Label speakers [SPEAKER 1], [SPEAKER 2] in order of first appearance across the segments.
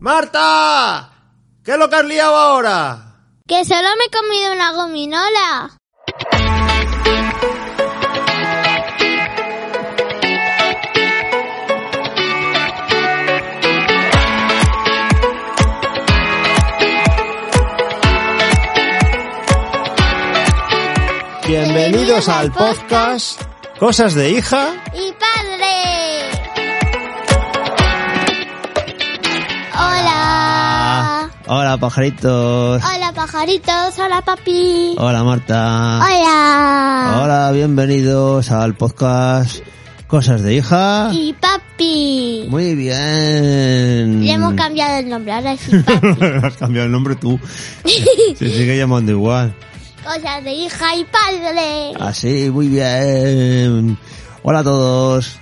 [SPEAKER 1] ¡Marta! ¿Qué es lo que has liado ahora?
[SPEAKER 2] Que solo me he comido una gominola.
[SPEAKER 1] Bienvenidos al podcast Cosas de hija.
[SPEAKER 2] Y padre. Hola.
[SPEAKER 3] Hola pajaritos.
[SPEAKER 2] Hola pajaritos, hola papi.
[SPEAKER 3] Hola Marta.
[SPEAKER 2] Hola.
[SPEAKER 3] Hola, bienvenidos al podcast Cosas de hija.
[SPEAKER 2] Y papi.
[SPEAKER 3] Muy bien.
[SPEAKER 2] Le hemos cambiado el nombre, ahora es y papi.
[SPEAKER 3] Has cambiado el nombre tú. Se sigue llamando igual.
[SPEAKER 2] Cosas de hija y padre.
[SPEAKER 3] Así, muy bien. Hola a todos.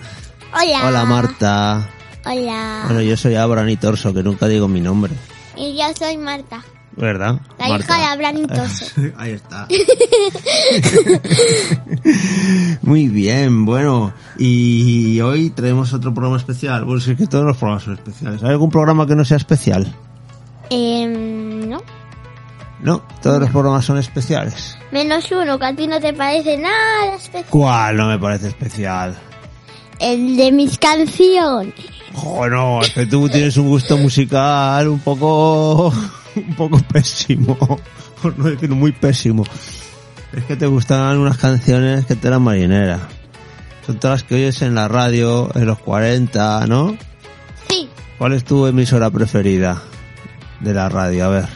[SPEAKER 2] Hola.
[SPEAKER 3] Hola Marta.
[SPEAKER 2] Hola.
[SPEAKER 3] Bueno, yo soy Abrani Torso, que nunca digo mi nombre.
[SPEAKER 2] Y yo soy Marta,
[SPEAKER 3] ¿Verdad?
[SPEAKER 2] la
[SPEAKER 3] Marta.
[SPEAKER 2] hija de Abraham Toso.
[SPEAKER 3] Ahí está. Muy bien, bueno, y hoy traemos otro programa especial. Bueno, si es que todos los programas son especiales. ¿Hay algún programa que no sea especial? Ah.
[SPEAKER 2] Em, ¿No?
[SPEAKER 3] No, todos los programas son especiales.
[SPEAKER 2] Menos uno, que a ti no te parece nada especial.
[SPEAKER 3] ¿Cuál no me parece especial?
[SPEAKER 2] El de mis canciones.
[SPEAKER 3] Joder, no, es que tú tienes un gusto musical un poco... un poco pésimo. Por no decir muy pésimo. Es que te gustan unas canciones que te eran marinera. Son todas las que oyes en la radio, en los 40, ¿no?
[SPEAKER 2] Sí.
[SPEAKER 3] ¿Cuál es tu emisora preferida de la radio? A ver,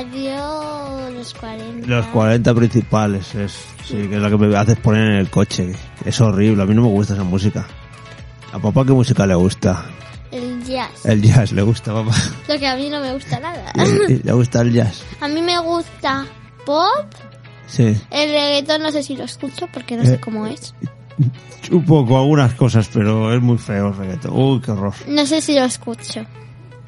[SPEAKER 2] Radio Los 40.
[SPEAKER 3] los 40 principales es, sí, que es la que me haces poner en el coche. Es horrible, a mí no me gusta esa música. ¿A papá qué música le gusta?
[SPEAKER 2] El jazz.
[SPEAKER 3] El jazz le gusta, papá.
[SPEAKER 2] Lo que a mí no me gusta nada.
[SPEAKER 3] Le, Eh, le gusta el jazz.
[SPEAKER 2] A mí me gusta pop.
[SPEAKER 3] Sí.
[SPEAKER 2] El reggaetón no sé si lo escucho porque no
[SPEAKER 3] Eh.
[SPEAKER 2] sé cómo es.
[SPEAKER 3] Un poco, algunas cosas, pero es muy feo el reggaetón. Uy, qué horror.
[SPEAKER 2] No sé si lo escucho.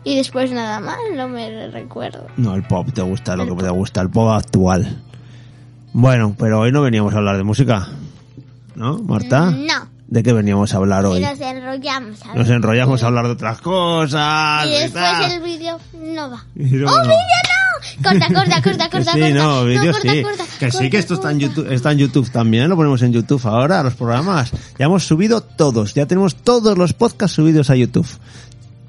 [SPEAKER 2] Y después nada más, no me recuerdo.
[SPEAKER 3] No, el pop te gusta, lo que te gusta, el pop actual. Bueno, pero hoy no veníamos a hablar de música. ¿No, Marta?
[SPEAKER 2] No.
[SPEAKER 3] ¿De qué veníamos a hablar hoy?
[SPEAKER 2] Y nos enrollamos. ¿sabes?
[SPEAKER 3] Nos enrollamos a hablar de otras cosas.
[SPEAKER 2] Y
[SPEAKER 3] tal.
[SPEAKER 2] después el vídeo no va.
[SPEAKER 3] Y luego-
[SPEAKER 2] ¡Oh, vídeo no! Corta, corta, corta,
[SPEAKER 3] Que
[SPEAKER 2] corta.
[SPEAKER 3] sí,
[SPEAKER 2] corta.
[SPEAKER 3] no, vídeo
[SPEAKER 2] corta,
[SPEAKER 3] sí.
[SPEAKER 2] corta,
[SPEAKER 3] que sí,
[SPEAKER 2] corta,
[SPEAKER 3] que esto está en,
[SPEAKER 2] corta.
[SPEAKER 3] YouTube, está en YouTube también, ¿eh? lo ponemos en YouTube ahora, los programas. Ya hemos subido todos, ya tenemos todos los podcasts subidos a YouTube.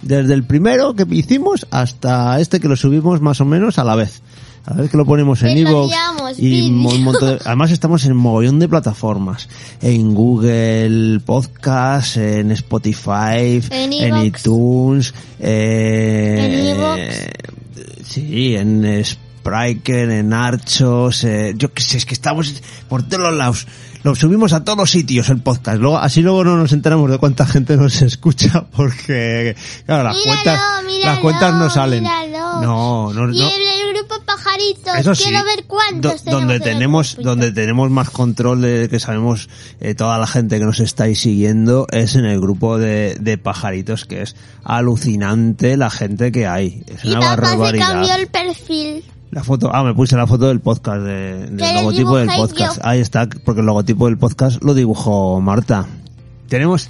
[SPEAKER 3] Desde el primero que hicimos hasta este que lo subimos más o menos a la vez. A la vez que lo ponemos en
[SPEAKER 2] Pero
[SPEAKER 3] Evox
[SPEAKER 2] digamos,
[SPEAKER 3] y mo-
[SPEAKER 2] vídeo.
[SPEAKER 3] un montón de- Además estamos en mogollón de plataformas. En Google Podcast, en Spotify, en
[SPEAKER 2] En iVoox.
[SPEAKER 3] iTunes,
[SPEAKER 2] En
[SPEAKER 3] eh,
[SPEAKER 2] iVoox.
[SPEAKER 3] Sí, en Spriker, en Archos, eh, yo qué sé, es que estamos por todos los lados. Lo subimos a todos los sitios el podcast. Luego, así luego no nos enteramos de cuánta gente nos escucha porque, claro, las
[SPEAKER 2] Míralo,
[SPEAKER 3] cuentas, las
[SPEAKER 2] míralo,
[SPEAKER 3] cuentas no salen.
[SPEAKER 2] míralo.
[SPEAKER 3] No, no,
[SPEAKER 2] Y
[SPEAKER 3] no.
[SPEAKER 2] en el grupo pajaritos.
[SPEAKER 3] Eso sí,
[SPEAKER 2] Quiero ver
[SPEAKER 3] do-
[SPEAKER 2] cuántos
[SPEAKER 3] donde
[SPEAKER 2] en el
[SPEAKER 3] tenemos,
[SPEAKER 2] grupito.
[SPEAKER 3] donde tenemos más control de que sabemos eh, toda la gente que nos estáis siguiendo es en el grupo de, de pajaritos que es alucinante la gente que hay. Es
[SPEAKER 2] Y
[SPEAKER 3] una
[SPEAKER 2] papá se
[SPEAKER 3] barbaridad.
[SPEAKER 2] cambió el perfil.
[SPEAKER 3] La foto, ah, me puse la foto del podcast, de- del
[SPEAKER 2] le
[SPEAKER 3] logotipo del
[SPEAKER 2] dibujé
[SPEAKER 3] podcast.
[SPEAKER 2] yo.
[SPEAKER 3] Ahí está, porque el logotipo del podcast lo dibujó Marta. Tenemos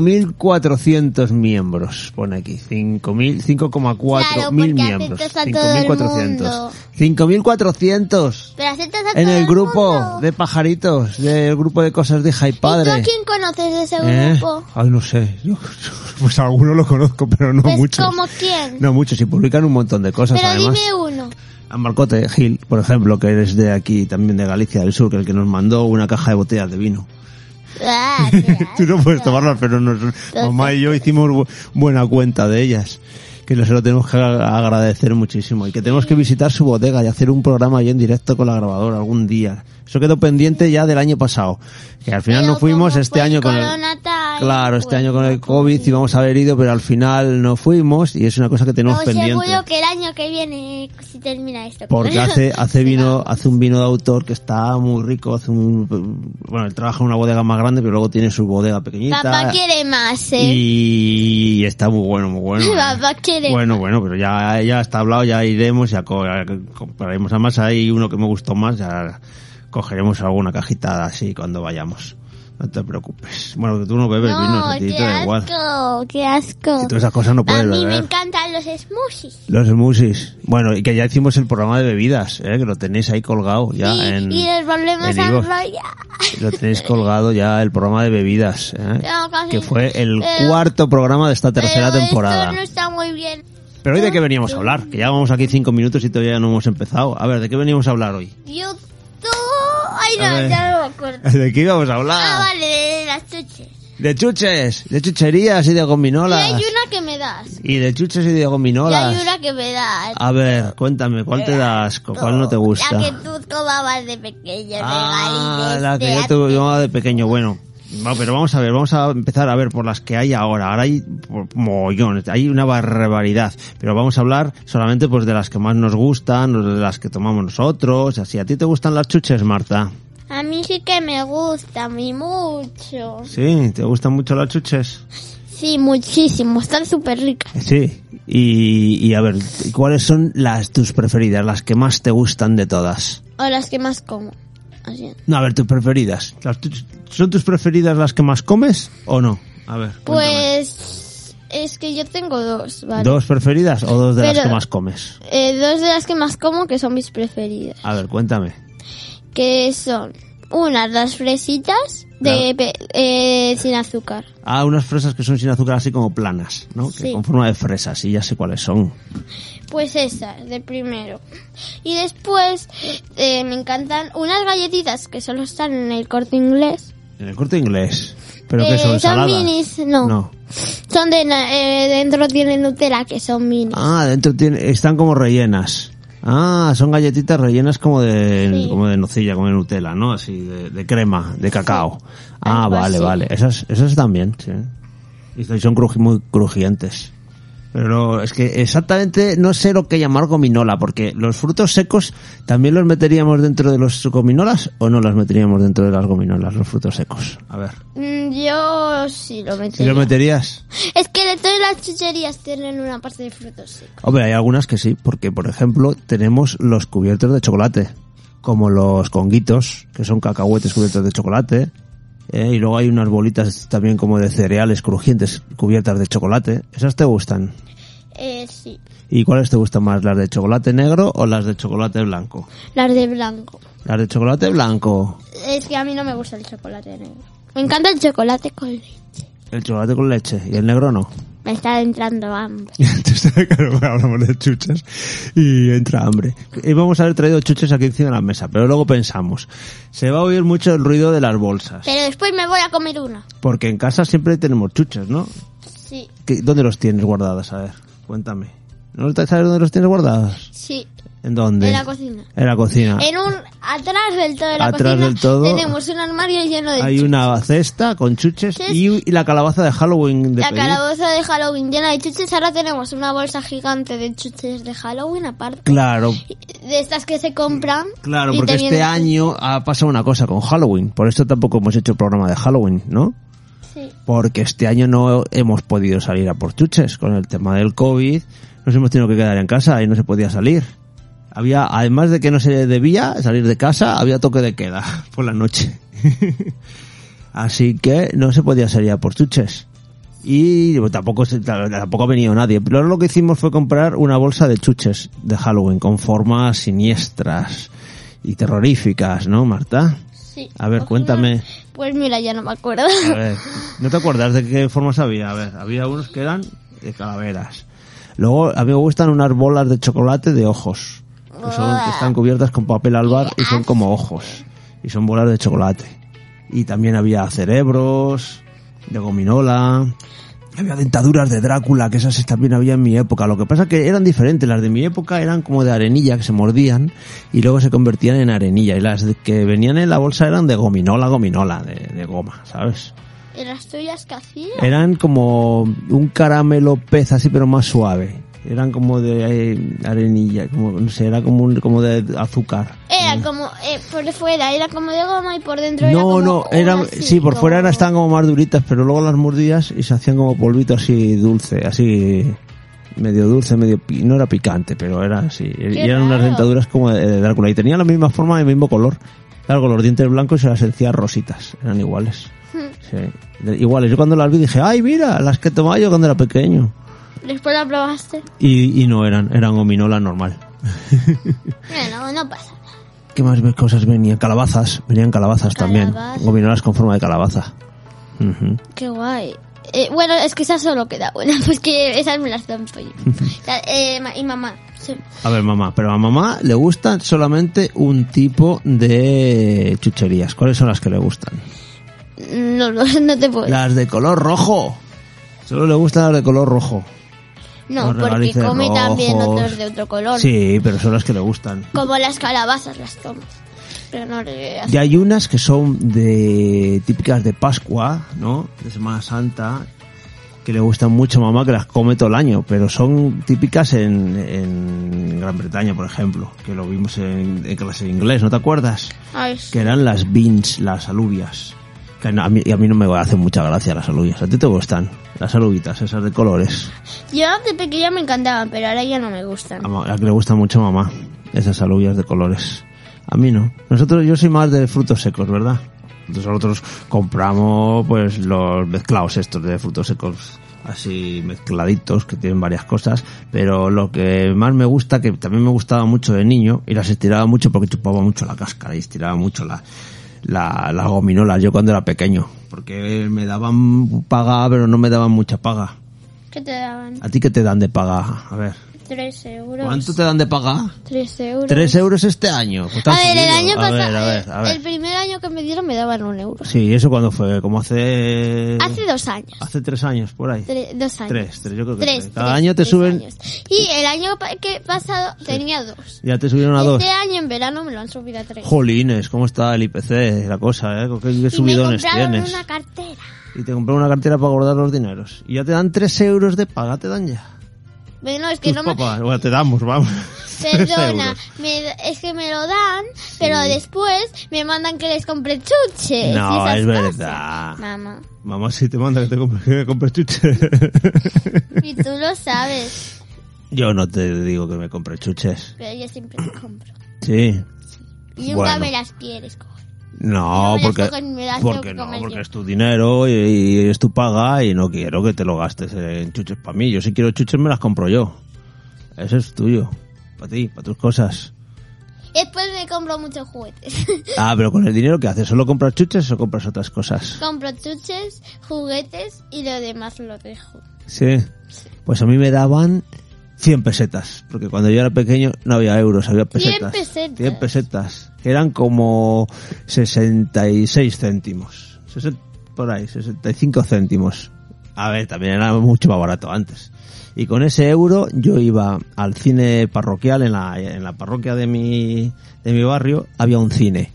[SPEAKER 3] 5.400 miembros, pone aquí, 5.000, 5,4
[SPEAKER 2] Claro,
[SPEAKER 3] mil
[SPEAKER 2] porque
[SPEAKER 3] miembros.
[SPEAKER 2] aceptas a todo el
[SPEAKER 3] 5.400.
[SPEAKER 2] mundo.
[SPEAKER 3] 5.400
[SPEAKER 2] Pero aceptas a
[SPEAKER 3] en
[SPEAKER 2] todo
[SPEAKER 3] el grupo
[SPEAKER 2] mundo.
[SPEAKER 3] de pajaritos, del grupo de cosas de hija y padre.
[SPEAKER 2] ¿Y tú a quién conoces de ese
[SPEAKER 3] ¿Eh?
[SPEAKER 2] grupo?
[SPEAKER 3] Ay, no sé. Yo- pues alguno lo conozco, pero no
[SPEAKER 2] Pues
[SPEAKER 3] muchos.
[SPEAKER 2] como quién.
[SPEAKER 3] No muchos, y publican un montón de cosas
[SPEAKER 2] Pero
[SPEAKER 3] además.
[SPEAKER 2] dime uno.
[SPEAKER 3] A Marcote Gil, por ejemplo, que eres de aquí, también de Galicia del Sur, que el que nos mandó una caja de botellas de vino.
[SPEAKER 2] Ah, qué
[SPEAKER 3] Tú no puedes
[SPEAKER 2] asco.
[SPEAKER 3] tomarlas, pero nos- mamá y yo hicimos bu- buena cuenta de ellas. Que nos lo tenemos que a- agradecer muchísimo. Y que tenemos que visitar su bodega y hacer un programa ahí en directo con la grabadora algún día. Eso quedó pendiente ya del año pasado. Que al final
[SPEAKER 2] Pero
[SPEAKER 3] no fuimos
[SPEAKER 2] como
[SPEAKER 3] este
[SPEAKER 2] fue
[SPEAKER 3] año
[SPEAKER 2] el
[SPEAKER 3] con el...
[SPEAKER 2] Corona Time,
[SPEAKER 3] Claro, este
[SPEAKER 2] pues,
[SPEAKER 3] año con el
[SPEAKER 2] no
[SPEAKER 3] COVID íbamos a haber ido, pero al final no fuimos y es una cosa que tenemos
[SPEAKER 2] No,
[SPEAKER 3] pendiente.
[SPEAKER 2] seguro que el año que viene, si termina esto.
[SPEAKER 3] Porque hace, hace vino, hace un vino de autor que está muy rico, hace un, bueno, él trabaja en una bodega más grande, pero luego tiene su bodega pequeñita.
[SPEAKER 2] Papá quiere más, ¿eh?
[SPEAKER 3] Y está muy bueno, muy bueno. ¿eh?
[SPEAKER 2] Papá quiere
[SPEAKER 3] Bueno, bueno, pero ya, ya está hablado, ya iremos, ya co- ya compraremos. Además, hay uno que me gustó más, ya cogeremos alguna cajita así cuando vayamos. No te preocupes. Bueno, que tú no bebes vino,
[SPEAKER 2] no,
[SPEAKER 3] a ti
[SPEAKER 2] qué
[SPEAKER 3] te da igual.
[SPEAKER 2] asco, qué asco.
[SPEAKER 3] Si todas esas cosas no
[SPEAKER 2] a
[SPEAKER 3] puedes
[SPEAKER 2] mí
[SPEAKER 3] beber.
[SPEAKER 2] me encantan los smoothies.
[SPEAKER 3] Los smoothies. Bueno, y que ya hicimos el programa de bebidas, ¿eh? que lo tenéis ahí colgado ya
[SPEAKER 2] y,
[SPEAKER 3] en...
[SPEAKER 2] y nos volvemos
[SPEAKER 3] en
[SPEAKER 2] a
[SPEAKER 3] Ivox.
[SPEAKER 2] enrollar.
[SPEAKER 3] Lo tenéis colgado ya el programa de bebidas, ¿eh?
[SPEAKER 2] No, casi.
[SPEAKER 3] que fue el
[SPEAKER 2] Pero-
[SPEAKER 3] cuarto programa de esta tercera
[SPEAKER 2] Eh, Pero
[SPEAKER 3] temporada.
[SPEAKER 2] Esto no está muy bien.
[SPEAKER 3] Pero hoy de qué veníamos a hablar, que ya vamos aquí cinco minutos y todavía no hemos empezado. A ver, ¿de qué veníamos a hablar hoy?
[SPEAKER 2] Yo, tú... Ay,
[SPEAKER 3] A ver.
[SPEAKER 2] no, ya no me acuerdo.
[SPEAKER 3] ¿De qué íbamos a
[SPEAKER 2] Ah,
[SPEAKER 3] hablar?
[SPEAKER 2] vale, de, de las chuches.
[SPEAKER 3] De chuches, de chucherías y de
[SPEAKER 2] Y
[SPEAKER 3] gominolas.
[SPEAKER 2] hay una que me das.
[SPEAKER 3] Y de chuches y de
[SPEAKER 2] Y hay
[SPEAKER 3] gominolas.
[SPEAKER 2] una que me das.
[SPEAKER 3] A ver, cuéntame, ¿cuál te das? ¿Cuál Ah, no te gusta?
[SPEAKER 2] La que tú tomabas de pequeño.
[SPEAKER 3] Ah,
[SPEAKER 2] regalitos
[SPEAKER 3] la que
[SPEAKER 2] de
[SPEAKER 3] yo tuve yo de pequeño, bueno. No, pero vamos a ver, vamos a empezar a ver por las que hay ahora. Ahora hay por- mogollón, hay una barbaridad. Pero vamos a hablar solamente pues de las que más nos gustan, o de las que tomamos nosotros, así. ¿A ti te gustan las chuches, Marta?
[SPEAKER 2] A mí sí que me gusta, a mí mucho.
[SPEAKER 3] Sí, ¿te gustan mucho las chuches?
[SPEAKER 2] Sí, muchísimo, están súper ricas.
[SPEAKER 3] Sí. Y, y a ver, ¿cuáles son las tus preferidas, las que más te gustan de todas?
[SPEAKER 2] O las que más como. Así.
[SPEAKER 3] No, a ver, tus preferidas. Las tuch- ¿Son tus preferidas las que más comes o no? A ver. cuéntame.
[SPEAKER 2] Pues es que yo tengo dos, ¿vale?
[SPEAKER 3] ¿Dos preferidas o dos de las
[SPEAKER 2] Pero-
[SPEAKER 3] que más comes?
[SPEAKER 2] Eh, dos de las que más como que son mis preferidas.
[SPEAKER 3] A ver, cuéntame.
[SPEAKER 2] Que son unas las fresitas de pe- eh, sin azúcar.
[SPEAKER 3] Ah, unas fresas que son sin azúcar, así como planas, ¿no? Que
[SPEAKER 2] Sí.
[SPEAKER 3] con forma de fresas, sí, ya sé cuáles son.
[SPEAKER 2] Pues esas, de primero. Y después eh, me encantan unas galletitas que solo están en el corte inglés.
[SPEAKER 3] En el corte inglés. ¿Pero que
[SPEAKER 2] Eh,
[SPEAKER 3] son?
[SPEAKER 2] son
[SPEAKER 3] ¿Saladas?
[SPEAKER 2] minis, no. Son de na- eh, dentro tienen Nutella que son mini.
[SPEAKER 3] Ah, dentro tiene, están como rellenas. Ah, son galletitas rellenas como de,
[SPEAKER 2] Sí.
[SPEAKER 3] como de nocilla, como de Nutella, ¿no? Así, de, de crema, de cacao. Ah,
[SPEAKER 2] Algo
[SPEAKER 3] vale,
[SPEAKER 2] así.
[SPEAKER 3] vale. Esas, esas también, sí. Y son- son cruji- muy crujientes. Pero es que exactamente no sé lo que llamar gominola, porque los frutos secos también los meteríamos dentro de los gominolas o no las meteríamos dentro de las gominolas, los frutos secos. A ver.
[SPEAKER 2] Mm, Yo sí lo
[SPEAKER 3] ¿Si
[SPEAKER 2] metería.
[SPEAKER 3] los meterías?
[SPEAKER 2] Es que de todas las chucherías tienen una parte de frutos secos.
[SPEAKER 3] Hombre, hay algunas que sí, porque por ejemplo tenemos los cubiertos de chocolate, como los conguitos, que son cacahuetes cubiertos de chocolate, ¿eh? y luego hay unas bolitas también como de cereales crujientes cubiertas de chocolate. ¿Esas te gustan?
[SPEAKER 2] Eh, sí.
[SPEAKER 3] ¿Y cuáles te gustan más, las de chocolate negro o las de chocolate blanco?
[SPEAKER 2] Las de blanco.
[SPEAKER 3] Las de chocolate blanco.
[SPEAKER 2] Es que a mí no me gusta el chocolate negro. Me encanta el chocolate con leche.
[SPEAKER 3] El chocolate con leche y el negro no.
[SPEAKER 2] Me está entrando hambre.
[SPEAKER 3] Entonces, claro, hablamos de chuches y entra hambre. Íbamos a haber traído chuches aquí encima de la mesa, pero luego pensamos, se va a oír mucho el ruido de las bolsas,
[SPEAKER 2] Pero después me voy a comer una.
[SPEAKER 3] porque en casa siempre tenemos chuches, ¿no?
[SPEAKER 2] Sí,
[SPEAKER 3] ¿Qué- ¿Dónde los tienes guardadas? A ver, cuéntame. ¿No te- sabes dónde los tienes guardados?
[SPEAKER 2] sí.
[SPEAKER 3] ¿En dónde?
[SPEAKER 2] En la cocina.
[SPEAKER 3] En la cocina.
[SPEAKER 2] En un atrás del todo de la
[SPEAKER 3] Ah. Atrás
[SPEAKER 2] cocina
[SPEAKER 3] del todo.
[SPEAKER 2] tenemos un armario lleno de
[SPEAKER 3] Hay
[SPEAKER 2] chu-
[SPEAKER 3] una cesta con chuches
[SPEAKER 2] Chuches.
[SPEAKER 3] y, y la calabaza de Halloween de
[SPEAKER 2] la
[SPEAKER 3] pedir.
[SPEAKER 2] calabaza de Halloween llena de chuches. Ahora tenemos una bolsa gigante de chuches de Halloween aparte.
[SPEAKER 3] Claro,
[SPEAKER 2] De estas que se compran.
[SPEAKER 3] Claro,
[SPEAKER 2] y
[SPEAKER 3] porque
[SPEAKER 2] teniendo-
[SPEAKER 3] este año ha pasado una cosa con Halloween. Por esto tampoco hemos hecho programa de Halloween, ¿no?
[SPEAKER 2] Sí.
[SPEAKER 3] Porque este año no hemos podido salir a por chuches. Con el tema del COVID, nos hemos tenido que quedar en casa y no se podía salir. Había, además de que no se debía salir de casa, había toque de queda por la noche. Así que no se podía salir a por chuches. Y tampoco, se- tampoco ha venido nadie. Pero lo que hicimos fue comprar una bolsa de chuches de Halloween con formas siniestras y terroríficas, ¿no, Marta?
[SPEAKER 2] Sí.
[SPEAKER 3] A ver,
[SPEAKER 2] Cogimos-
[SPEAKER 3] cuéntame.
[SPEAKER 2] Pues mira, ya no me acuerdo.
[SPEAKER 3] A ver, ¿no te acuerdas de qué formas había? A ver, había unos que eran de calaveras. Luego, a mí me gustan unas bolas de chocolate de ojos. Que, son, que están cubiertas con papel albar y son como ojos. Y son bolas de chocolate. y también había cerebros de gominola. Había dentaduras de Drácula, que esas también había en mi época. Lo que pasa que eran diferentes. Las de mi época eran como de arenilla, que se mordían y luego se convertían en arenilla. Y las que venían en la bolsa eran de gominola, gominola, de, de goma, ¿sabes?
[SPEAKER 2] ¿Y las tuyas que hacía?
[SPEAKER 3] Eran como un caramelo pez así, pero más suave. Eran como de eh, arenilla, como, no sé, era como, un, como de azúcar.
[SPEAKER 2] Era como, eh, por fuera era como de goma y por dentro era
[SPEAKER 3] Mm. No,
[SPEAKER 2] como
[SPEAKER 3] no,
[SPEAKER 2] un
[SPEAKER 3] eran,
[SPEAKER 2] así,
[SPEAKER 3] sí, por
[SPEAKER 2] como-
[SPEAKER 3] fuera eran- estaban como más duritas, pero luego las mordías y se hacían como polvito así dulce, así medio dulce, medio pi- no era picante, pero era así, y eran unas
[SPEAKER 2] raro.
[SPEAKER 3] dentaduras como de, de Drácula y tenían la misma forma y el mismo color. Claro, con los dientes blancos y se las encías rositas, eran iguales.
[SPEAKER 2] Hmm.
[SPEAKER 3] Sí, de- iguales. Yo cuando las vi dije, ay, mira, las que tomaba yo cuando era pequeño.
[SPEAKER 2] Después la probaste.
[SPEAKER 3] Y, y no eran, eran gominola normal.
[SPEAKER 2] Bueno, no pasa. nada.
[SPEAKER 3] ¿Qué más ve- cosas venían? Calabazas, venían calabazas,
[SPEAKER 2] Calabazas.
[SPEAKER 3] también. Gominolas con forma de calabaza. Ujú.
[SPEAKER 2] Qué guay. Eh, bueno, es que esa solo queda una, pues que esas me las dan pues yo. La- eh, ma- y mamá. sí.
[SPEAKER 3] A ver, mamá, pero a mamá le gustan solamente un tipo de chucherías. ¿Cuáles son las que le gustan?
[SPEAKER 2] No, no, no te puedo.
[SPEAKER 3] Las de color rojo. Solo le gustan las de color rojo.
[SPEAKER 2] no,
[SPEAKER 3] los
[SPEAKER 2] porque
[SPEAKER 3] regalices
[SPEAKER 2] come también
[SPEAKER 3] rojos.
[SPEAKER 2] otros de otro color.
[SPEAKER 3] Sí, pero son las que le gustan.
[SPEAKER 2] Como las calabazas las tomas. Pero no le hace-
[SPEAKER 3] Y hay unas que son de típicas de Pascua, ¿no? De Semana Santa, que le gustan mucho a mamá, que las come todo el año, pero son típicas en, en Gran Bretaña, por ejemplo, que lo vimos en, en clase de inglés, ¿no te acuerdas?
[SPEAKER 2] Ay, sí.
[SPEAKER 3] Que eran las beans, las alubias. Que no- a mí, y a mí no me hacen mucha gracia las alubias. ¿A ti te gustan? Las alubitas, esas de colores.
[SPEAKER 2] Yo de pequeña me encantaban, pero ahora ya no me gustan.
[SPEAKER 3] A ma- a que le gusta mucho a mamá, esas alubias de colores. A mí no. Nosotros, yo soy más de frutos secos, ¿verdad? Entonces Nosotros compramos pues los mezclados estos de frutos secos así mezcladitos que tienen varias cosas, pero lo que más me gusta, que también me gustaba mucho de niño, y las estiraba mucho porque chupaba mucho la cáscara y estiraba mucho la, la, las gominolas yo cuando era pequeño, porque me daban paga, pero no me daban mucha paga.
[SPEAKER 2] ¿Qué te daban?
[SPEAKER 3] ¿A ti qué te dan de paga? A ver.
[SPEAKER 2] Tres euros.
[SPEAKER 3] ¿Cuánto te dan de paga?
[SPEAKER 2] Tres euros.
[SPEAKER 3] Tres euros este año. Pues te
[SPEAKER 2] A
[SPEAKER 3] has
[SPEAKER 2] ver, el año
[SPEAKER 3] jodido. A
[SPEAKER 2] pasado, eh,
[SPEAKER 3] ver, a ver, a ver.
[SPEAKER 2] el primer año que me dieron me daban un euro.
[SPEAKER 3] Sí, ¿eso cuando fue? Como hace...
[SPEAKER 2] Hace dos años.
[SPEAKER 3] Hace tres años, por ahí.
[SPEAKER 2] Tre- dos años.
[SPEAKER 3] Tres, tres, yo creo que
[SPEAKER 2] Tres,
[SPEAKER 3] tres. Cada
[SPEAKER 2] tres,
[SPEAKER 3] año te
[SPEAKER 2] tres
[SPEAKER 3] suben-
[SPEAKER 2] años. Y el año pa- que pasado tenía dos.
[SPEAKER 3] Ya te subieron a dos.
[SPEAKER 2] Este año en verano me lo han subido a tres.
[SPEAKER 3] Jolines, ¿cómo está el IPC? La cosa, ¿eh? ¿Qué, qué
[SPEAKER 2] y me
[SPEAKER 3] subidones
[SPEAKER 2] compraron
[SPEAKER 3] tienes?
[SPEAKER 2] una cartera.
[SPEAKER 3] Y te compraron una cartera para guardar los dineros. Y ya te dan tres euros de paga, te dan ya.
[SPEAKER 2] Bueno, es que
[SPEAKER 3] Tus
[SPEAKER 2] no me...
[SPEAKER 3] papás, bueno, te damos, vamos. Tres
[SPEAKER 2] Perdona,
[SPEAKER 3] euros.
[SPEAKER 2] me- es que me lo dan, pero después me mandan que les compre chuches. y
[SPEAKER 3] No,
[SPEAKER 2] Eh, esas
[SPEAKER 3] es
[SPEAKER 2] cosas.
[SPEAKER 3] verdad.
[SPEAKER 2] Mamá,
[SPEAKER 3] Mamá sí te manda que te compres, que compres chuches.
[SPEAKER 2] y tú lo sabes,
[SPEAKER 3] Yo no te digo que me compre chuches.
[SPEAKER 2] pero yo siempre me compro.
[SPEAKER 3] Sí,
[SPEAKER 2] Y nunca
[SPEAKER 3] Bueno.
[SPEAKER 2] me las quieres coger.
[SPEAKER 3] No,
[SPEAKER 2] No, ya
[SPEAKER 3] porque,
[SPEAKER 2] está con- me la tengo
[SPEAKER 3] porque
[SPEAKER 2] que
[SPEAKER 3] no,
[SPEAKER 2] comer
[SPEAKER 3] porque
[SPEAKER 2] yo.
[SPEAKER 3] es tu dinero y, y es tu paga y no quiero que te lo gastes en chuches para mí. Yo si quiero chuches me las compro yo. Eso es tuyo, para ti, para tus cosas.
[SPEAKER 2] Después me compro muchos juguetes.
[SPEAKER 3] Ah, pero con el dinero que haces, ¿solo compras chuches o compras otras cosas?
[SPEAKER 2] compro chuches, juguetes y lo demás lo dejo.
[SPEAKER 3] Sí. Pues a mí me daban 100 pesetas, porque cuando yo era pequeño no había euros, había pesetas.
[SPEAKER 2] 100 pesetas.
[SPEAKER 3] 100 pesetas, que eran como 66 céntimos. Sesen- por ahí, 65 céntimos. A ver, también era mucho más barato antes. Y con ese euro yo iba al cine parroquial, en la, en la parroquia de mi, de mi barrio había un cine.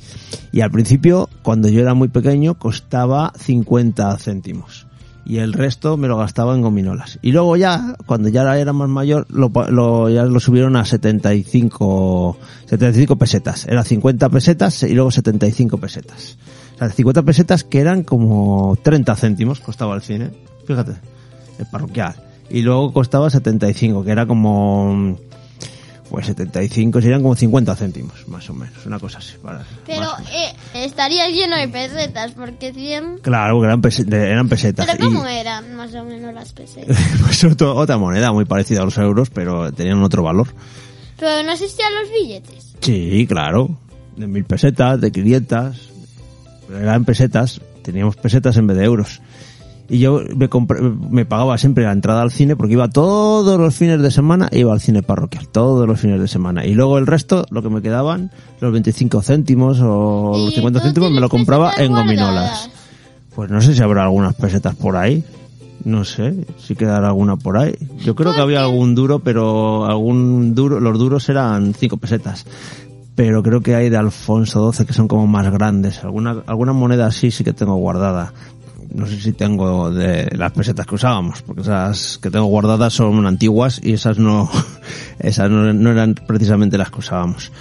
[SPEAKER 3] Y al principio, cuando yo era muy pequeño, costaba 50 céntimos y el resto me lo gastaba en gominolas. Y luego ya, cuando ya era más mayor, lo, pa- lo- ya lo subieron a 75, 75 pesetas. Era 50 pesetas y luego 75 pesetas. O sea, 50 pesetas que eran como 30 céntimos costaba el cine. Fíjate, el parroquial. Y luego costaba 75, que era como... Pues 75 serían como 50 céntimos, más o menos, una cosa así. Para,
[SPEAKER 2] Pero
[SPEAKER 3] más o menos.
[SPEAKER 2] eh, estaría lleno de pesetas porque 100...
[SPEAKER 3] Claro, que eran, pese- eran pesetas.
[SPEAKER 2] Pero
[SPEAKER 3] Y-
[SPEAKER 2] ¿cómo eran más o menos las pesetas?
[SPEAKER 3] pues otro- otra moneda muy parecida a los euros, pero tenían otro valor.
[SPEAKER 2] Pero no existían los billetes.
[SPEAKER 3] Sí, claro. De mil pesetas, de 500. Pero eran pesetas. Teníamos pesetas en vez de euros. Y yo me, compra- me pagaba siempre la entrada al cine porque iba todos los fines de semana, iba al cine parroquial, todos los fines de semana. Y luego el resto, lo que me quedaban, los 25 céntimos o los
[SPEAKER 2] Y
[SPEAKER 3] 50
[SPEAKER 2] tú
[SPEAKER 3] céntimos, me
[SPEAKER 2] tienes
[SPEAKER 3] lo compraba
[SPEAKER 2] pesetas
[SPEAKER 3] en gominolas.
[SPEAKER 2] guardadas.
[SPEAKER 3] Pues no sé si habrá algunas pesetas por ahí. No sé si quedará alguna por ahí. Yo creo que había algún duro, pero algún duro, los duros eran cinco pesetas. Pero creo que hay de Alfonso XII que son como más grandes. Alguna, alguna moneda así sí que tengo guardada. No sé si tengo de las pesetas que usábamos, porque esas que tengo guardadas son antiguas y esas no, esas no, no eran precisamente las que usábamos.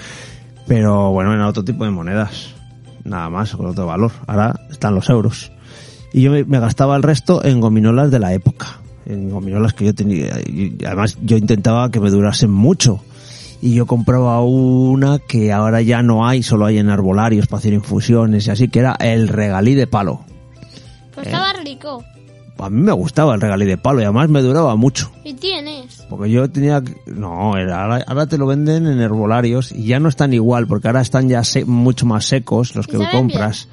[SPEAKER 3] Pero bueno, era otro tipo de monedas. Nada más, con otro valor. Ahora están los euros. Y yo me, me gastaba el resto en gominolas de la época. En gominolas que yo tenía. y además, yo intentaba que me durasen mucho. Y yo compraba una que ahora ya no hay, solo hay en arbolarios para hacer infusiones y así, que era el regalí de palo. ¿Eh?
[SPEAKER 2] Pues estaba rico.
[SPEAKER 3] A mí me gustaba el regalí de palo y además me duraba mucho.
[SPEAKER 2] Y tienes.
[SPEAKER 3] Porque yo tenía... que- No, era- ahora, ahora te lo venden en herbolarios y ya no están igual, porque ahora están ya se- mucho más secos los que
[SPEAKER 2] ¿Y saben
[SPEAKER 3] compras.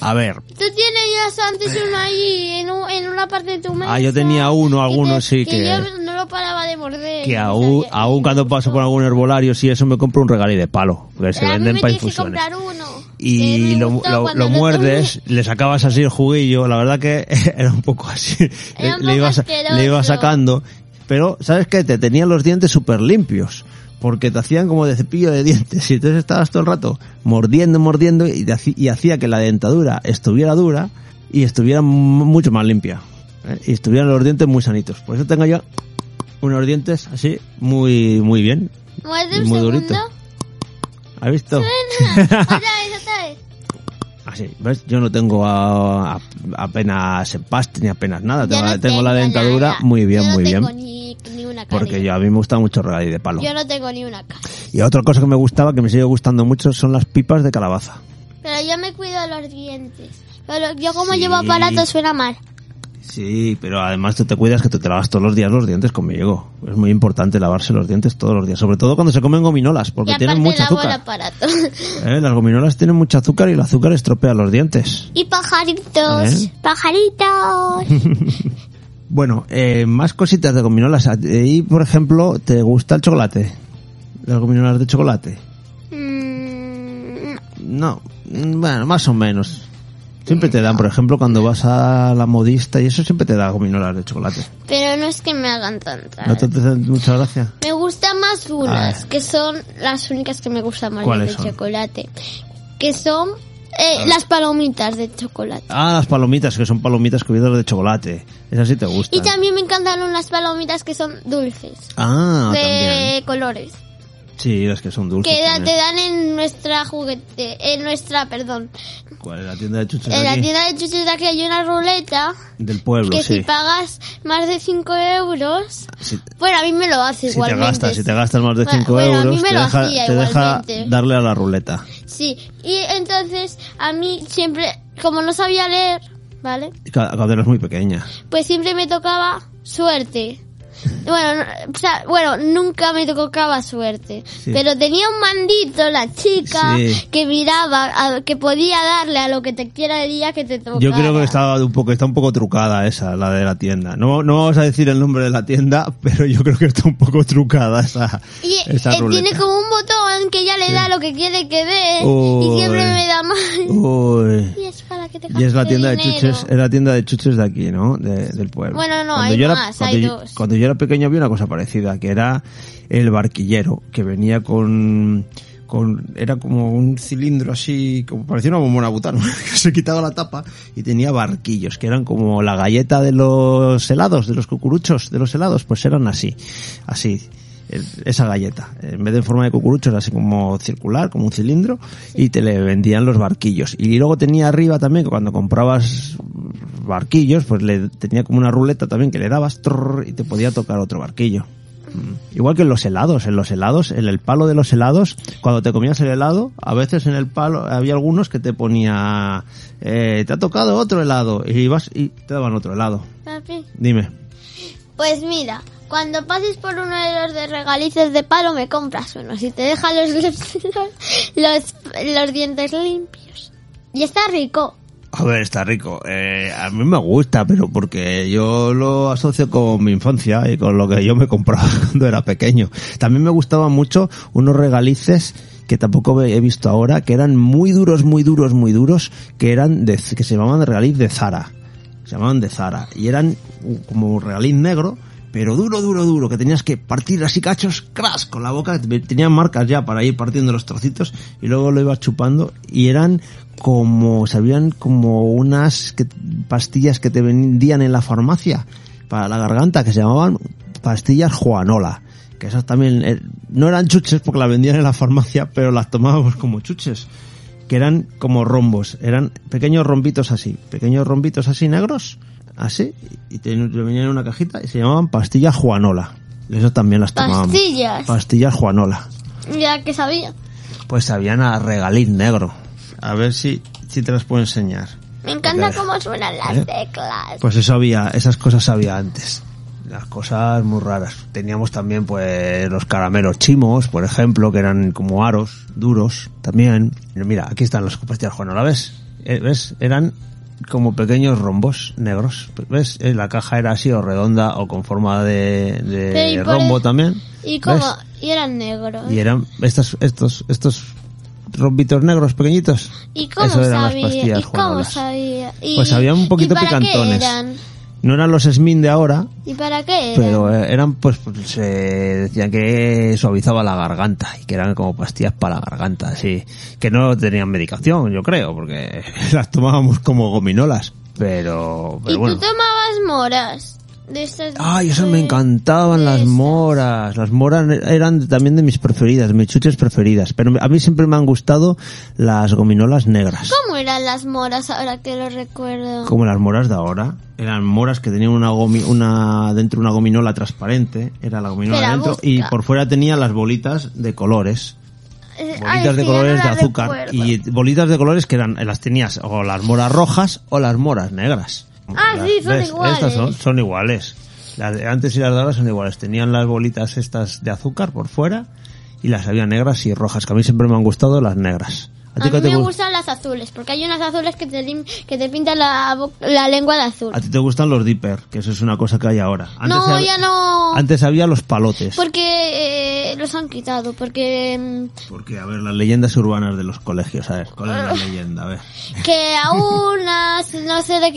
[SPEAKER 3] A ver,
[SPEAKER 2] Tú tienes ya antes uno allí en, un- en una parte de tu mesa.
[SPEAKER 3] Ah, yo tenía uno,
[SPEAKER 2] que
[SPEAKER 3] alguno
[SPEAKER 2] te-
[SPEAKER 3] sí que-
[SPEAKER 2] yo no lo paraba de morder.
[SPEAKER 3] que
[SPEAKER 2] y
[SPEAKER 3] aún,
[SPEAKER 2] sabía-
[SPEAKER 3] aún cuando paso por algún herbolario, si eso me compro un regalí de palo, porque se
[SPEAKER 2] Pero a mí
[SPEAKER 3] venden
[SPEAKER 2] me
[SPEAKER 3] para
[SPEAKER 2] tienes que
[SPEAKER 3] infusiones.
[SPEAKER 2] comprar uno. Que
[SPEAKER 3] y
[SPEAKER 2] me
[SPEAKER 3] lo,
[SPEAKER 2] gustó
[SPEAKER 3] lo-
[SPEAKER 2] cuando
[SPEAKER 3] lo
[SPEAKER 2] tomé.
[SPEAKER 3] muerdes, le sacabas así el juguillo, la verdad que era un poco así,
[SPEAKER 2] Era un
[SPEAKER 3] le,
[SPEAKER 2] poco
[SPEAKER 3] ibas,
[SPEAKER 2] asqueroso.
[SPEAKER 3] le ibas sacando, pero ¿sabes qué? Te tenían los dientes súper limpios, porque te hacían como de cepillo de dientes, y entonces estabas todo el rato mordiendo, mordiendo, y, te haci- y hacía que la dentadura estuviera dura y estuviera m- mucho más limpia, ¿eh? y estuvieran los dientes muy sanitos, por eso tengo yo unos dientes así muy, muy bien,
[SPEAKER 2] Muerde un
[SPEAKER 3] Muy durito.
[SPEAKER 2] segundo.
[SPEAKER 3] ¿has visto?
[SPEAKER 2] otra vez, otra vez.
[SPEAKER 3] Así, Ah, ¿ves? Yo no tengo ah, ap- apenas empaste ni apenas nada.
[SPEAKER 2] Yo
[SPEAKER 3] Tengo,
[SPEAKER 2] no
[SPEAKER 3] tengo la dentadura
[SPEAKER 2] nada.
[SPEAKER 3] muy bien,
[SPEAKER 2] Yo no
[SPEAKER 3] muy bien.
[SPEAKER 2] tengo Ni, ni una cara.
[SPEAKER 3] Porque yo, a mí me gusta mucho el regalí de palo.
[SPEAKER 2] Yo no tengo ni una cara.
[SPEAKER 3] Y otra cosa que me gustaba, que me sigue gustando mucho, son las pipas de calabaza.
[SPEAKER 2] Pero yo me cuido los dientes. Pero yo como llevo aparato suena mal.
[SPEAKER 3] Sí, pero además tú te cuidas que tú te lavas todos los días los dientes conmigo. Es muy importante lavarse los dientes todos los días, sobre todo cuando se comen gominolas, porque
[SPEAKER 2] y aparte
[SPEAKER 3] tienen mucho
[SPEAKER 2] lavo el
[SPEAKER 3] azúcar.
[SPEAKER 2] aparato.
[SPEAKER 3] ¿Eh? Las gominolas tienen mucho azúcar y el azúcar estropea los dientes.
[SPEAKER 2] y pajaritos.
[SPEAKER 3] ¿Eh?
[SPEAKER 2] Pajaritos.
[SPEAKER 3] Bueno, eh, más cositas de gominolas. A ti, por ejemplo, ¿te gusta el chocolate? ¿Las gominolas de chocolate?
[SPEAKER 2] Mm,
[SPEAKER 3] No, mm, bueno, más o menos. Siempre te dan, por ejemplo, cuando vas a la modista y eso siempre te da gominolas de chocolate.
[SPEAKER 2] pero no es que me hagan tantas.
[SPEAKER 3] ¿No te hacen mucha gracia?
[SPEAKER 2] Me gustan más unas,
[SPEAKER 3] Ah.
[SPEAKER 2] que son las únicas que me gustan más
[SPEAKER 3] ¿Cuáles
[SPEAKER 2] de
[SPEAKER 3] son?
[SPEAKER 2] chocolate. Que son eh, las palomitas de chocolate.
[SPEAKER 3] Ah, las palomitas, que son palomitas cubiertas de chocolate. Esas sí te
[SPEAKER 2] Y
[SPEAKER 3] gustan.
[SPEAKER 2] también me encantaron las palomitas que son dulces.
[SPEAKER 3] Ah,
[SPEAKER 2] de
[SPEAKER 3] también.
[SPEAKER 2] colores.
[SPEAKER 3] Sí, las que son dulces.
[SPEAKER 2] Que da-
[SPEAKER 3] también.
[SPEAKER 2] te dan en nuestra juguete, en nuestra, perdón,
[SPEAKER 3] ¿Cuál es la tienda de chuches
[SPEAKER 2] en
[SPEAKER 3] de
[SPEAKER 2] la
[SPEAKER 3] aquí?
[SPEAKER 2] tienda de chuches de aquí hay una ruleta
[SPEAKER 3] Del pueblo,
[SPEAKER 2] que si
[SPEAKER 3] sí.
[SPEAKER 2] pagas más de 5 euros,
[SPEAKER 3] Sí.
[SPEAKER 2] bueno, a mí me lo
[SPEAKER 3] Si
[SPEAKER 2] hace
[SPEAKER 3] te
[SPEAKER 2] igualmente.
[SPEAKER 3] gastas, si te gastas más de
[SPEAKER 2] Bueno,
[SPEAKER 3] 5
[SPEAKER 2] bueno, a mí
[SPEAKER 3] euros,
[SPEAKER 2] me
[SPEAKER 3] te
[SPEAKER 2] lo
[SPEAKER 3] deja,
[SPEAKER 2] hacía
[SPEAKER 3] te deja
[SPEAKER 2] igualmente.
[SPEAKER 3] darle a la ruleta.
[SPEAKER 2] Sí, y entonces a mí siempre, como no sabía leer, ¿vale?
[SPEAKER 3] Y ca- Cuando eras muy pequeña.
[SPEAKER 2] Pues siempre me tocaba suerte. Bueno, no- o sea, bueno, nunca me tocaba suerte, pero tenía un mandito la chica
[SPEAKER 3] Sí.
[SPEAKER 2] que miraba, a- que podía darle a lo que te quiera el día que te tocara.
[SPEAKER 3] Yo creo que está un poco, está un poco trucada esa, la de la tienda. No, no vamos a decir el nombre de la tienda, pero yo creo que está un poco trucada esa,
[SPEAKER 2] Y
[SPEAKER 3] esa
[SPEAKER 2] eh, tiene
[SPEAKER 3] ruleta.
[SPEAKER 2] como un botón que ya le da lo que quiere que dé
[SPEAKER 3] Uy.
[SPEAKER 2] y siempre me da mal.
[SPEAKER 3] Uy.
[SPEAKER 2] Y es para que te
[SPEAKER 3] Y es la
[SPEAKER 2] gaste
[SPEAKER 3] tienda de
[SPEAKER 2] dinero.
[SPEAKER 3] chuches, eh. es la tienda de chuches de aquí, ¿no? De- del pueblo.
[SPEAKER 2] Bueno, no, hay más,
[SPEAKER 3] cuando
[SPEAKER 2] hay
[SPEAKER 3] yo-
[SPEAKER 2] dos.
[SPEAKER 3] Cuando yo era pequeño había una cosa parecida, que era el barquillero, que venía con, con, era como un cilindro así, como parecía una bombona butano, que se quitaba la tapa y tenía barquillos, que eran como la galleta de los helados, de los cucuruchos, de los helados, pues eran así, así. el- Esa galleta, en vez de en forma de cucurucho, era así como circular, como un cilindro, y te le vendían los barquillos. Y luego tenía arriba también, que cuando comprabas barquillos, pues le tenía como una ruleta también que le dabas trrr, y te podía tocar otro barquillo. Mm. Igual que en los helados, en los helados, en el palo de los helados, cuando te comías el helado, a veces en el palo había algunos que te ponía, eh, te ha tocado otro helado y ibas y te daban otro helado.
[SPEAKER 2] Papi.
[SPEAKER 3] Dime.
[SPEAKER 2] Pues mira, cuando pases por uno de los de regalices de palo me compras uno. Si te deja los, los, los, los dientes limpios. Y está rico.
[SPEAKER 3] A ver, está rico. Eh, a mí me gusta, pero porque yo lo asocio con mi infancia y con lo que yo me compraba cuando era pequeño. También me gustaban mucho unos regalices que tampoco he visto ahora, que eran muy duros, muy duros, muy duros, que eran de, que se llamaban regaliz de Zara. Se llamaban de Zara. Y eran como regaliz negro, pero duro, duro, duro, que tenías que partir así cachos, crash, con la boca, tenían marcas ya para ir partiendo los trocitos y luego lo ibas chupando y eran como, sabían como unas que- pastillas que te vendían en la farmacia para la garganta que se llamaban pastillas Juanola. Que esas también eh, no eran chuches porque las vendían en la farmacia, pero las tomábamos como chuches. Que eran como rombos, eran pequeños rombitos así, pequeños rombitos así negros, así, y te, te venían en una cajita y se llamaban pastillas Juanola. Esas también las tomábamos.
[SPEAKER 2] Pastillas.
[SPEAKER 3] Pastillas Juanola.
[SPEAKER 2] Ya que sabía.
[SPEAKER 3] Pues sabían a regaliz negro. A ver si, si te las puedo enseñar.
[SPEAKER 2] Me encanta
[SPEAKER 3] Ya.
[SPEAKER 2] cómo suenan
[SPEAKER 3] ¿Eh?
[SPEAKER 2] las teclas.
[SPEAKER 3] Pues eso había, esas cosas había antes. Las cosas muy raras. Teníamos también pues los caramelos chimos, por ejemplo, que eran como aros, duros, también. Pero Mira, aquí están las pastillas Juan, ¿la ves? Eh, ¿Ves? Eran como pequeños rombos negros. ¿Ves? Eh, La caja era así o redonda o con forma de, de
[SPEAKER 2] Pero, ¿y por
[SPEAKER 3] rombo
[SPEAKER 2] el-
[SPEAKER 3] también.
[SPEAKER 2] ¿Y
[SPEAKER 3] ¿Ves?
[SPEAKER 2] cómo? Y eran negros.
[SPEAKER 3] Y eran estos, estos, estos rombitos negros pequeñitos.
[SPEAKER 2] ¿Y cómo
[SPEAKER 3] Eso eran las
[SPEAKER 2] sabía? ¿Y
[SPEAKER 3] pastillas
[SPEAKER 2] cómo
[SPEAKER 3] Juanolas.
[SPEAKER 2] sabía? ¿Y,
[SPEAKER 3] Pues había un poquito
[SPEAKER 2] ¿y para
[SPEAKER 3] picantones.
[SPEAKER 2] Qué eran?
[SPEAKER 3] No eran los Smin de ahora,
[SPEAKER 2] ¿Y para qué eran?
[SPEAKER 3] pero eh, eran pues, pues, se decían que suavizaba la garganta y que eran como pastillas para la garganta, así que no tenían medicación, yo creo, porque las tomábamos como gominolas, pero,
[SPEAKER 2] y
[SPEAKER 3] pero bueno.
[SPEAKER 2] tú tomabas moras. De estas.
[SPEAKER 3] Ay, eso
[SPEAKER 2] de-
[SPEAKER 3] me encantaban
[SPEAKER 2] de
[SPEAKER 3] las
[SPEAKER 2] esas.
[SPEAKER 3] moras. Las moras eran también de mis preferidas, mis chuches preferidas. Pero a mí siempre me han gustado las gominolas negras.
[SPEAKER 2] ¿Cómo eran las moras ahora que lo recuerdo?
[SPEAKER 3] como las moras de ahora. Eran moras que tenían una gomi, una dentro una gominola transparente, era la gominola
[SPEAKER 2] Espera,
[SPEAKER 3] dentro
[SPEAKER 2] busca.
[SPEAKER 3] y por fuera tenía las bolitas de colores,
[SPEAKER 2] Eh,
[SPEAKER 3] bolitas
[SPEAKER 2] ay, es
[SPEAKER 3] de
[SPEAKER 2] que yo no
[SPEAKER 3] colores de
[SPEAKER 2] las
[SPEAKER 3] azúcar
[SPEAKER 2] recuerdo.
[SPEAKER 3] y bolitas de colores que eran las tenías o las moras rojas o las moras negras.
[SPEAKER 2] Ah,
[SPEAKER 3] Las-
[SPEAKER 2] sí, son iguales.
[SPEAKER 3] Estas son, son iguales. Las de antes y las de ahora son iguales. Tenían las bolitas estas de azúcar por fuera y las había negras y rojas, que a mí siempre me han gustado las negras. ¿A
[SPEAKER 2] A
[SPEAKER 3] ti
[SPEAKER 2] mí
[SPEAKER 3] qué te
[SPEAKER 2] me
[SPEAKER 3] gu-
[SPEAKER 2] gustan las azules, porque hay unas azules que te, lim- que te pintan la, bo- la lengua de azul.
[SPEAKER 3] A ti te gustan los dipper, que eso es una cosa que hay ahora. Antes
[SPEAKER 2] No,
[SPEAKER 3] hab-
[SPEAKER 2] ya no.
[SPEAKER 3] Antes había los palotes.
[SPEAKER 2] Porque eh, los han quitado, porque mm,
[SPEAKER 3] Porque, a ver, las leyendas urbanas de los colegios, a ver, ¿cuál es
[SPEAKER 2] Ah.
[SPEAKER 3] la leyenda? A ver.
[SPEAKER 2] que a unas no se le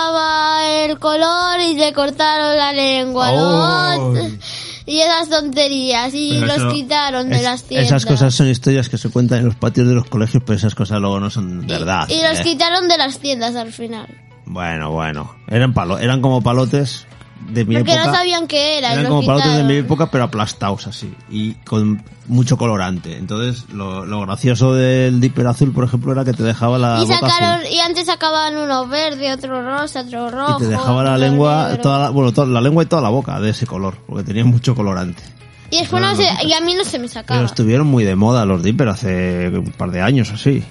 [SPEAKER 2] quitaba el color y le cortaron la lengua, a
[SPEAKER 3] ¡Ay!
[SPEAKER 2] otras- y esas tonterías, y
[SPEAKER 3] Pero
[SPEAKER 2] los
[SPEAKER 3] eso-
[SPEAKER 2] quitaron de
[SPEAKER 3] es-
[SPEAKER 2] las tiendas.
[SPEAKER 3] Esas cosas son historias que se cuentan en los patios de los colegios, pero esas cosas luego no son
[SPEAKER 2] Y-
[SPEAKER 3] verdad.
[SPEAKER 2] Y, los
[SPEAKER 3] ¿eh?
[SPEAKER 2] quitaron de las tiendas al final.
[SPEAKER 3] Bueno, bueno. Eran, palo eran como palotes de mi
[SPEAKER 2] Porque
[SPEAKER 3] época.
[SPEAKER 2] no sabían qué era. y
[SPEAKER 3] Eran
[SPEAKER 2] los
[SPEAKER 3] como palotes de
[SPEAKER 2] quitaron.
[SPEAKER 3] mi época, pero aplastados así. Y con mucho colorante. Entonces, lo, lo gracioso del dipper azul, por ejemplo, era que te dejaba la
[SPEAKER 2] Y
[SPEAKER 3] boca azul.
[SPEAKER 2] sacaron, y antes sacaban uno verde, otro rosa, otro rojo.
[SPEAKER 3] Y te dejaba la
[SPEAKER 2] otro
[SPEAKER 3] lengua,
[SPEAKER 2] negro.
[SPEAKER 3] toda la, bueno, toda la lengua y toda la boca de ese color, porque tenía mucho colorante.
[SPEAKER 2] Y después no se- y a mí no se me sacaba.
[SPEAKER 3] Pero estuvieron muy de moda los dipper hace un par de años o así.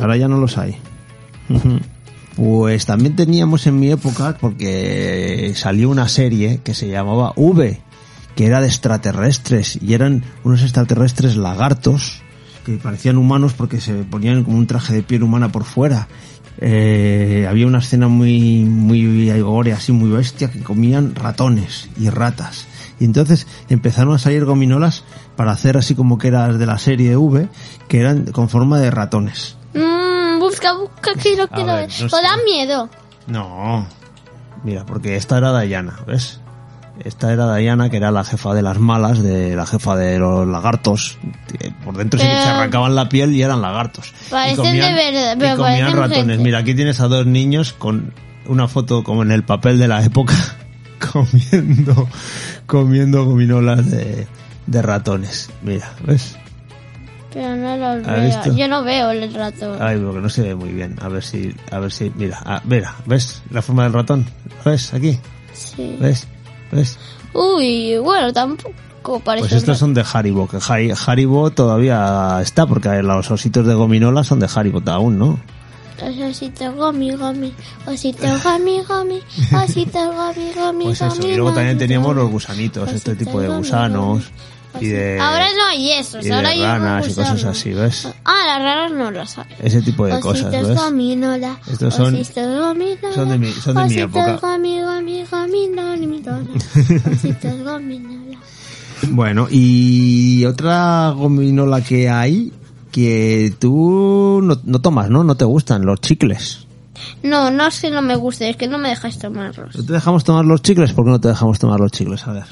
[SPEAKER 3] Ahora ya no los hay. Ujú. Pues también teníamos en mi época, porque salió una serie que se llamaba V, que era de extraterrestres, y eran unos extraterrestres lagartos que parecían humanos porque se ponían como un traje de piel humana por fuera. Eh, había una escena muy, muy gore, así muy bestia, que comían ratones y ratas. Y entonces empezaron a salir gominolas para hacer así como que eras de la serie V, que eran con forma de ratones.
[SPEAKER 2] Mm, busca, busca, que lo
[SPEAKER 3] A
[SPEAKER 2] quiero
[SPEAKER 3] ver,
[SPEAKER 2] ver.
[SPEAKER 3] no
[SPEAKER 2] O da
[SPEAKER 3] sé.
[SPEAKER 2] miedo.
[SPEAKER 3] No. Mira, porque esta era Dayana, ¿ves? Esta era Dayana, que era la jefa de las malas, de la jefa de los lagartos. que Por dentro sí que
[SPEAKER 2] Pero-
[SPEAKER 3] se arrancaban la piel y eran lagartos. Y
[SPEAKER 2] Parecen de verdad,
[SPEAKER 3] y
[SPEAKER 2] pero
[SPEAKER 3] comían
[SPEAKER 2] parecen
[SPEAKER 3] ratones.
[SPEAKER 2] gente.
[SPEAKER 3] Mira, aquí tienes a dos niños con una foto como en el papel de la época, comiendo, comiendo gominolas de, de ratones. Mira, ¿ves?
[SPEAKER 2] Pero no lo
[SPEAKER 3] ¿Has
[SPEAKER 2] veo.
[SPEAKER 3] visto? Ah.
[SPEAKER 2] Yo no veo el ratón.
[SPEAKER 3] Ay, porque no se ve muy bien. A ver si, a ver si, mira, ah, mira, ¿ves la forma del ratón? ¿Lo ves aquí?
[SPEAKER 2] Sí.
[SPEAKER 3] ¿Ves? ¿Ves?
[SPEAKER 2] Uy, bueno, tampoco parece.
[SPEAKER 3] Pues estos son de Haribo, que Hari- Haribo todavía está, porque los ositos de gominola son de Haribo aún, ¿no?
[SPEAKER 2] Los osito gomi gomi, osito gomi gomi, osito gomi gomi.
[SPEAKER 3] Pues eso,
[SPEAKER 2] gomi,
[SPEAKER 3] y luego
[SPEAKER 2] gomi,
[SPEAKER 3] también teníamos
[SPEAKER 2] gomi. Pues
[SPEAKER 3] los gusanitos, este
[SPEAKER 2] Osito
[SPEAKER 3] tipo de
[SPEAKER 2] gomi,
[SPEAKER 3] gusanos.
[SPEAKER 2] gomi,
[SPEAKER 3] y de-
[SPEAKER 2] Pues ahora no hay esos,
[SPEAKER 3] y de
[SPEAKER 2] ahora hay unos
[SPEAKER 3] ranas y cosas
[SPEAKER 2] gusanos.
[SPEAKER 3] así, ¿ves?
[SPEAKER 2] Ah, las ranas no las hay.
[SPEAKER 3] Ese tipo de cosas,
[SPEAKER 2] Ositos
[SPEAKER 3] ¿ves?
[SPEAKER 2] gominola.
[SPEAKER 3] Estos son-
[SPEAKER 2] Ositos gominola.
[SPEAKER 3] son de mi- son de mi
[SPEAKER 2] Ositos
[SPEAKER 3] época.
[SPEAKER 2] gomi, gomi, gominola, gominola. Ositos gominola.
[SPEAKER 3] Bueno, y otra gominola que hay que tú no, no tomas, ¿no? No te gustan los chicles.
[SPEAKER 2] No, no es que no me guste, es que no me dejáis tomarlos.
[SPEAKER 3] ¿No te dejamos tomar los chicles? ¿Por qué no te dejamos tomar los chicles? A ver.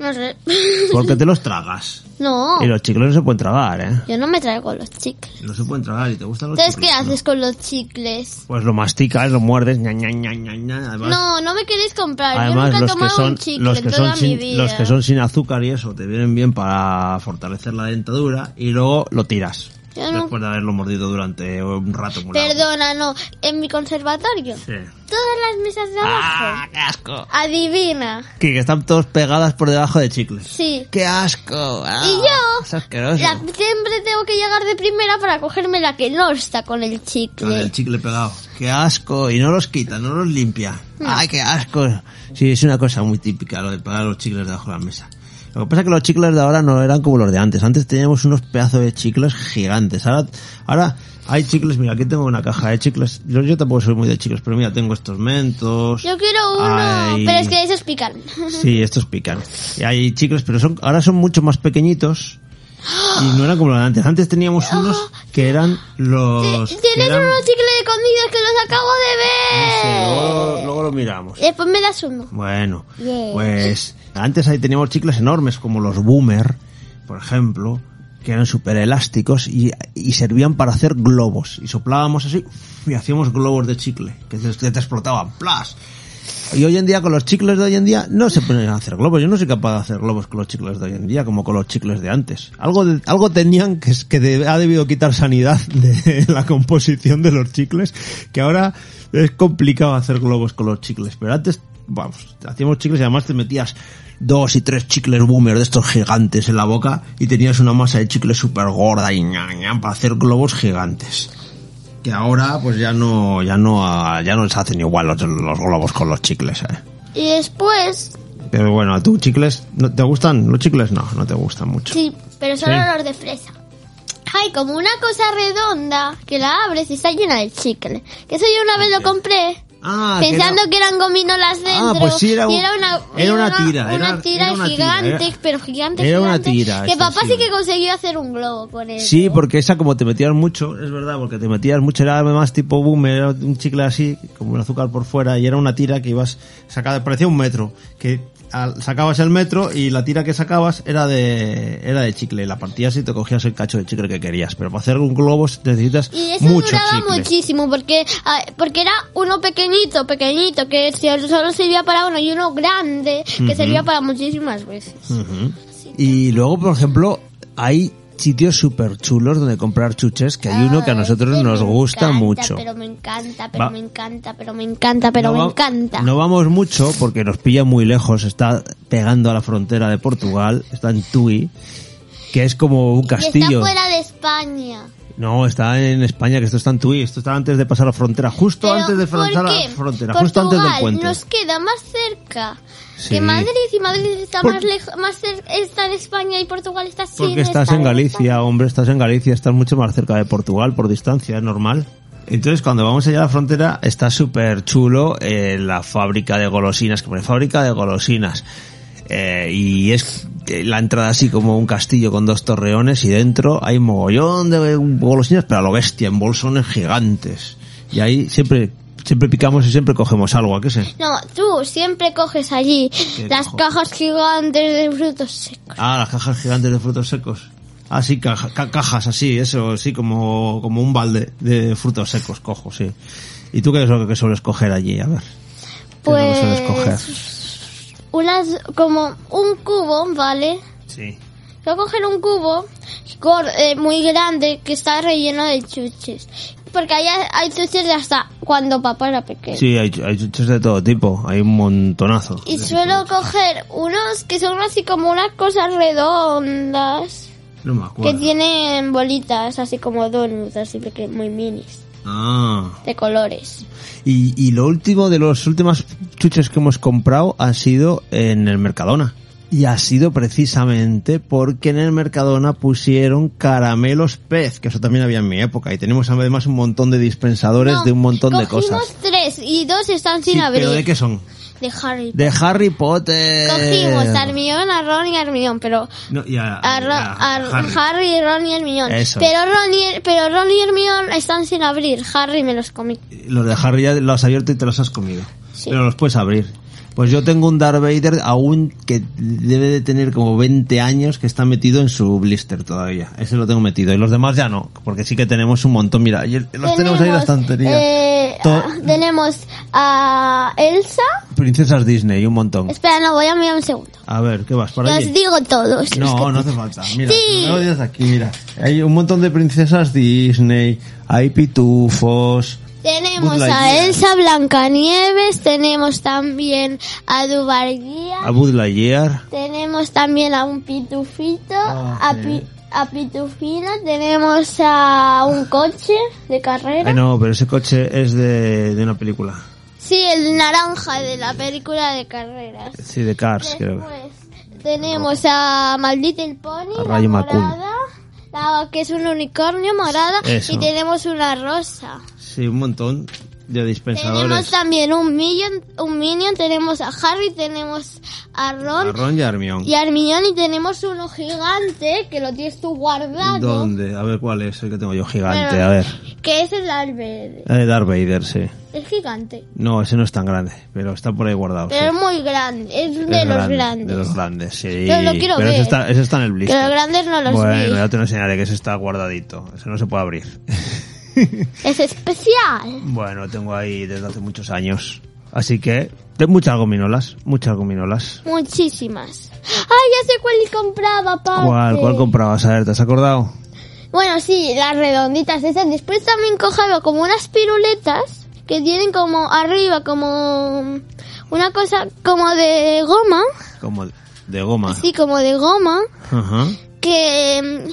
[SPEAKER 2] No sé.
[SPEAKER 3] Porque te los tragas.
[SPEAKER 2] no,
[SPEAKER 3] Y los chicles no se pueden tragar, ¿eh?
[SPEAKER 2] yo no me traigo los chicles.
[SPEAKER 3] No se pueden tragar y te gustan los
[SPEAKER 2] Entonces, ¿qué
[SPEAKER 3] chicles. ¿no?
[SPEAKER 2] haces con los chicles?
[SPEAKER 3] Pues lo masticas, lo muerdes, ña, ña, ña, ña, ña. Además,
[SPEAKER 2] No, no me queréis comprar.
[SPEAKER 3] además
[SPEAKER 2] yo nunca he
[SPEAKER 3] los, que
[SPEAKER 2] tomado
[SPEAKER 3] son,
[SPEAKER 2] un chicle
[SPEAKER 3] los, que
[SPEAKER 2] toda
[SPEAKER 3] son
[SPEAKER 2] mi
[SPEAKER 3] sin,
[SPEAKER 2] vida.
[SPEAKER 3] los que son sin azúcar y eso te vienen bien para fortalecer la dentadura y luego lo tiras.
[SPEAKER 2] Yo no-
[SPEAKER 3] Después de haberlo mordido durante un rato muy largo.
[SPEAKER 2] Perdona, no. En mi conservatorio.
[SPEAKER 3] Sí.
[SPEAKER 2] Todas las mesas de abajo.
[SPEAKER 3] ¡Ah, qué asco!
[SPEAKER 2] Adivina.
[SPEAKER 3] Que, que están todos pegadas por debajo de chicles.
[SPEAKER 2] Sí.
[SPEAKER 3] ¡Qué asco! Ah,
[SPEAKER 2] Y yo,
[SPEAKER 3] es asqueroso.
[SPEAKER 2] La- siempre tengo que llegar de primera para cogerme la que no está con el chicle.
[SPEAKER 3] Con el chicle pegado. ¡Qué asco! Y no los quita, no los limpia. ¡Ay, qué asco! Sí, es una cosa muy típica lo de pegar los chicles debajo de la mesa. Lo que pasa es que los chicles de ahora no eran como los de antes. Antes teníamos unos pedazos de chicles gigantes. Ahora, ahora hay chicles. Mira, aquí tengo una caja de chicles. Yo, yo tampoco soy muy de chicles, pero mira, tengo estos mentos.
[SPEAKER 2] Yo quiero uno,
[SPEAKER 3] Ay. Oh,
[SPEAKER 2] pero es que esos pican.
[SPEAKER 3] Sí, estos pican. Y hay chicles, pero son ahora son mucho más pequeñitos. Y no eran como los de antes. Antes teníamos
[SPEAKER 2] Oh.
[SPEAKER 3] unos que eran los... que
[SPEAKER 2] Tienes
[SPEAKER 3] eran-
[SPEAKER 2] unos chicles escondidos que los acabo de
[SPEAKER 3] Sí,
[SPEAKER 2] ver.
[SPEAKER 3] luego, luego lo miramos.
[SPEAKER 2] Después me das uno.
[SPEAKER 3] Bueno,
[SPEAKER 2] Yeah.
[SPEAKER 3] pues antes ahí teníamos chicles enormes como los Boomer, por ejemplo, que eran súper elásticos y, y servían para hacer globos. Y soplábamos así y hacíamos globos de chicle que te, que te explotaban. ¡Plas! Y hoy en día con los chicles de hoy en día no se pueden hacer globos. Yo no soy capaz de hacer globos con los chicles de hoy en día como con los chicles de antes. Algo de- algo tenían que, es- que de- ha debido quitar sanidad de la composición de los chicles, que ahora es complicado hacer globos con los chicles. Pero antes, vamos, hacíamos chicles y además te metías dos y tres chicles boomer de estos gigantes en la boca y tenías una masa de chicle súper gorda y ña, ña, para hacer globos gigantes que ahora pues ya no ya no ah, ya no se hacen igual los, los globos con los chicles ¿eh?
[SPEAKER 2] Y después,
[SPEAKER 3] pero bueno tú chicles no te gustan los chicles no no te gustan mucho
[SPEAKER 2] sí, pero solo
[SPEAKER 3] Sí.
[SPEAKER 2] los de fresa. Hay como una cosa redonda que la abres y está llena de chicle. Que eso yo una vez lo compré.
[SPEAKER 3] ah que
[SPEAKER 2] pensando
[SPEAKER 3] no.
[SPEAKER 2] que eran gominolas dentro.
[SPEAKER 3] Ah, pues sí, era un-
[SPEAKER 2] y era una,
[SPEAKER 3] era una tira,
[SPEAKER 2] Una,
[SPEAKER 3] era-
[SPEAKER 2] tira
[SPEAKER 3] era una tira,
[SPEAKER 2] gigante,
[SPEAKER 3] era-
[SPEAKER 2] pero gigante.
[SPEAKER 3] era una
[SPEAKER 2] gigante,
[SPEAKER 3] tira,
[SPEAKER 2] Que
[SPEAKER 3] esta
[SPEAKER 2] papá
[SPEAKER 3] sí.
[SPEAKER 2] sí que consiguió hacer un globo con él.
[SPEAKER 3] sí porque esa como te metías mucho es verdad porque te metías mucho era más tipo boomer era un chicle así como un azúcar por fuera y era una tira que ibas sacada parecía un metro que al- sacabas el metro y la tira que sacabas era de era de chicle la partías y te cogías el cacho de chicle que querías pero para hacer un globo necesitas
[SPEAKER 2] Y eso
[SPEAKER 3] mucho
[SPEAKER 2] duraba
[SPEAKER 3] chicle.
[SPEAKER 2] muchísimo porque, ah, porque era uno pequeñito, pequeñito, que solo servía para uno y uno grande, que servía para muchísimas veces.
[SPEAKER 3] Y luego, por ejemplo, hay sitios súper chulos donde comprar chuches, que hay uno que a
[SPEAKER 2] Ay,
[SPEAKER 3] nosotros
[SPEAKER 2] que
[SPEAKER 3] nos
[SPEAKER 2] me
[SPEAKER 3] gusta
[SPEAKER 2] encanta,
[SPEAKER 3] mucho.
[SPEAKER 2] Pero me encanta, pero
[SPEAKER 3] Va-
[SPEAKER 2] me encanta, pero me encanta, pero
[SPEAKER 3] No
[SPEAKER 2] me
[SPEAKER 3] va-
[SPEAKER 2] encanta.
[SPEAKER 3] No vamos mucho porque nos pilla muy lejos, está pegando a la frontera de Portugal, está en Tui, que es como un
[SPEAKER 2] Y está
[SPEAKER 3] castillo.
[SPEAKER 2] fuera de España.
[SPEAKER 3] No, está en España, que esto está en Tui, esto está antes de pasar la frontera, justo
[SPEAKER 2] Pero,
[SPEAKER 3] antes de
[SPEAKER 2] ¿por
[SPEAKER 3] pasar la
[SPEAKER 2] qué?
[SPEAKER 3] frontera,
[SPEAKER 2] Portugal
[SPEAKER 3] justo antes del puente.
[SPEAKER 2] nos queda más cerca
[SPEAKER 3] Sí.
[SPEAKER 2] que Madrid y Madrid está
[SPEAKER 3] Por-
[SPEAKER 2] más lejos, más cerca, está en España y Portugal está sin
[SPEAKER 3] Porque estás
[SPEAKER 2] estar
[SPEAKER 3] en Galicia, hombre, estás en Galicia, estás mucho más cerca de Portugal por distancia, es normal. Entonces, cuando vamos allá a la frontera, está súper chulo eh, la fábrica de golosinas, que pone fábrica de golosinas. Eh, y es eh, la entrada así como un castillo con dos torreones y dentro hay mogollón de golosinas, pero a lo bestia, en bolsones gigantes. Y ahí siempre, siempre picamos y siempre cogemos algo, ¿a qué sé?
[SPEAKER 2] No, tú siempre coges allí las
[SPEAKER 3] cojo?
[SPEAKER 2] cajas gigantes de frutos secos.
[SPEAKER 3] Ah, las cajas gigantes de frutos secos. Ah, sí, caja- ca- cajas así, eso, sí, como, como un balde de frutos secos, cojo, sí. ¿Y tú qué es lo que sueles coger allí? A ver. ¿Qué es lo que sueles coger?
[SPEAKER 2] Pues unas como un cubo, ¿vale?
[SPEAKER 3] Sí.
[SPEAKER 2] Voy a coger un cubo gor- eh, muy grande que está relleno de chuches. Porque allá hay chuches de hasta cuando papá era pequeño.
[SPEAKER 3] Sí, hay, hay chuches de todo tipo, hay un montonazo.
[SPEAKER 2] Y suelo coger unos que son así como unas cosas redondas
[SPEAKER 3] No me
[SPEAKER 2] que tienen bolitas, así como donuts, así peque- muy minis,
[SPEAKER 3] Ah.
[SPEAKER 2] de colores.
[SPEAKER 3] Y, y lo último de los últimos chuches que hemos comprado ha sido en el Mercadona. Y ha sido precisamente porque en el Mercadona pusieron caramelos pez, que eso también había en mi época. Y tenemos además un montón de dispensadores
[SPEAKER 2] No,
[SPEAKER 3] de un montón de
[SPEAKER 2] cogimos
[SPEAKER 3] cosas.
[SPEAKER 2] tres y dos están sin
[SPEAKER 3] Sí,
[SPEAKER 2] abrir.
[SPEAKER 3] ¿Pero de qué son?
[SPEAKER 2] De Harry.
[SPEAKER 3] De Harry Potter.
[SPEAKER 2] Cogimos
[SPEAKER 3] Eh.
[SPEAKER 2] a Hermión, a Ron y a Hermión, pero
[SPEAKER 3] No, y a-
[SPEAKER 2] a, Ro-
[SPEAKER 3] a-
[SPEAKER 2] a
[SPEAKER 3] Harry.
[SPEAKER 2] Harry. Ron y Hermión.
[SPEAKER 3] Eso.
[SPEAKER 2] Pero Ron y pero Ron y Hermión están sin abrir. Harry me los comí.
[SPEAKER 3] Los de Harry ya los has abierto y te los has comido.
[SPEAKER 2] Sí.
[SPEAKER 3] Pero los puedes abrir. Pues yo tengo un Darth Vader aún que debe de tener como 20 años que está metido en su blister todavía. Ese lo tengo metido. Y los demás ya no, porque sí que tenemos un montón. Mira, y el- los tenemos ahí en la estantería.
[SPEAKER 2] eh,
[SPEAKER 3] To-
[SPEAKER 2] ah, tenemos a Elsa.
[SPEAKER 3] Princesas Disney, un montón.
[SPEAKER 2] Espera, no, voy a mirar un segundo.
[SPEAKER 3] A ver, ¿qué vas? ¿Para
[SPEAKER 2] Los
[SPEAKER 3] allí?
[SPEAKER 2] digo todos. los
[SPEAKER 3] No,
[SPEAKER 2] que-
[SPEAKER 3] no hace falta. Mira,
[SPEAKER 2] Sí.
[SPEAKER 3] no lo digas aquí, mira. Hay un montón de princesas Disney, hay pitufos.
[SPEAKER 2] Tenemos
[SPEAKER 3] Buzz
[SPEAKER 2] a
[SPEAKER 3] Lightyear.
[SPEAKER 2] Elsa Blancanieves, tenemos también a Dubarguía,
[SPEAKER 3] A Buzz Lightyear.
[SPEAKER 2] tenemos también a un pitufito,
[SPEAKER 3] Ah,
[SPEAKER 2] a,
[SPEAKER 3] sí.
[SPEAKER 2] pi- a pitufina, tenemos a un coche de carrera.
[SPEAKER 3] Ay, no, pero ese coche es de, de una película.
[SPEAKER 2] Sí, el naranja de la película de carreras.
[SPEAKER 3] Sí, de Cars, creo.
[SPEAKER 2] Después tenemos a Maldita el Pony,
[SPEAKER 3] A
[SPEAKER 2] la
[SPEAKER 3] Rayo McQueen.
[SPEAKER 2] morada, la- que es un unicornio morada,
[SPEAKER 3] Eso.
[SPEAKER 2] y tenemos una rosa.
[SPEAKER 3] Sí, un montón de
[SPEAKER 2] Tenemos
[SPEAKER 3] dispensadores.
[SPEAKER 2] también un minion, un minion, tenemos a Harry, tenemos a Ron
[SPEAKER 3] A Ron y a Hermione.
[SPEAKER 2] y a Hermione y tenemos uno gigante que lo tienes tú guardado.
[SPEAKER 3] ¿Dónde? A ver cuál es el que tengo yo gigante.
[SPEAKER 2] Bueno,
[SPEAKER 3] A ver.
[SPEAKER 2] Que es el Albert.
[SPEAKER 3] El de Darth Vader, sí.
[SPEAKER 2] Es gigante,
[SPEAKER 3] No, ese no es tan grande, pero está por ahí guardado.
[SPEAKER 2] pero
[SPEAKER 3] sí.
[SPEAKER 2] es muy grande, es de
[SPEAKER 3] Es
[SPEAKER 2] los
[SPEAKER 3] grande,
[SPEAKER 2] grandes.
[SPEAKER 3] De los grandes, sí.
[SPEAKER 2] Yo lo quiero
[SPEAKER 3] pero Ese
[SPEAKER 2] ver.
[SPEAKER 3] está, ese está en el blister.
[SPEAKER 2] Que los grandes no los
[SPEAKER 3] bueno,
[SPEAKER 2] vi.
[SPEAKER 3] ya te lo enseñaré que ese está guardadito. Ese no se puede abrir.
[SPEAKER 2] Es especial.
[SPEAKER 3] bueno, lo tengo ahí desde hace muchos años. Así que, ten muchas gominolas, muchas gominolas.
[SPEAKER 2] Muchísimas. Ay, ya sé cuál compraba, papá.
[SPEAKER 3] ¿Cuál, cuál comprabas? A ver, ¿te has acordado?
[SPEAKER 2] Bueno, sí, las redonditas esas. Después también cojaba como unas piruletas que tienen como arriba como una cosa como de goma,
[SPEAKER 3] Como de goma.
[SPEAKER 2] sí, como de goma,
[SPEAKER 3] Ajá.
[SPEAKER 2] que mm,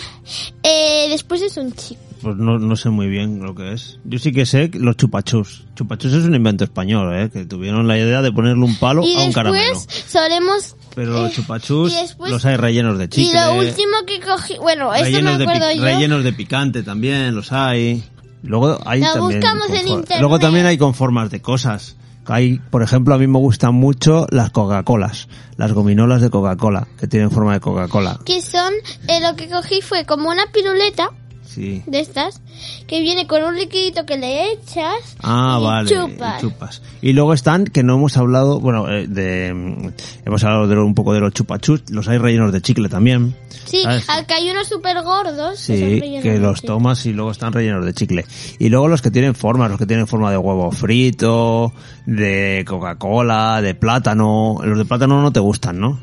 [SPEAKER 2] eh, después es un chip.
[SPEAKER 3] Pues no, no sé muy bien lo que es. Yo sí que sé que los chupachus. Chupachus es un invento español, ¿eh? Que tuvieron la idea de ponerle Ah, un palo
[SPEAKER 2] Y
[SPEAKER 3] a un caramelo.
[SPEAKER 2] después solemos...
[SPEAKER 3] Pero los chupachus
[SPEAKER 2] y después-
[SPEAKER 3] los hay rellenos de chicle.
[SPEAKER 2] y lo último que cogí, bueno, esto me
[SPEAKER 3] rellenos, de,
[SPEAKER 2] acuerdo
[SPEAKER 3] pic-
[SPEAKER 2] yo.
[SPEAKER 3] rellenos de picante también los hay. Luego hay
[SPEAKER 2] Lo
[SPEAKER 3] también
[SPEAKER 2] buscamos en
[SPEAKER 3] for-
[SPEAKER 2] internet.
[SPEAKER 3] Luego también hay con formas de cosas. Hay, por ejemplo, a mí me gustan mucho las Coca-Colas, las gominolas de Coca-Cola, que tienen forma de Coca-Cola.
[SPEAKER 2] Que son, eh, lo que cogí fue como una piruleta
[SPEAKER 3] Sí.
[SPEAKER 2] de estas, que viene con un liquidito que le echas
[SPEAKER 3] Ah,
[SPEAKER 2] y
[SPEAKER 3] vale.
[SPEAKER 2] chupas.
[SPEAKER 3] Y chupas. Y luego están, que no hemos hablado, bueno, eh, de, mm, hemos hablado de, lo- un poco de los chupachus, los hay rellenos de chicle también.
[SPEAKER 2] Sí,
[SPEAKER 3] ¿Sabes?
[SPEAKER 2] al que hay unos super gordos. que son
[SPEAKER 3] Ah, Sí,
[SPEAKER 2] rellenos
[SPEAKER 3] que
[SPEAKER 2] de
[SPEAKER 3] los
[SPEAKER 2] chicle.
[SPEAKER 3] tomas y luego están rellenos de chicle. Y luego los que tienen forma, los que tienen forma de huevo frito, de Coca-Cola, de plátano. Los de plátano no te gustan, ¿no?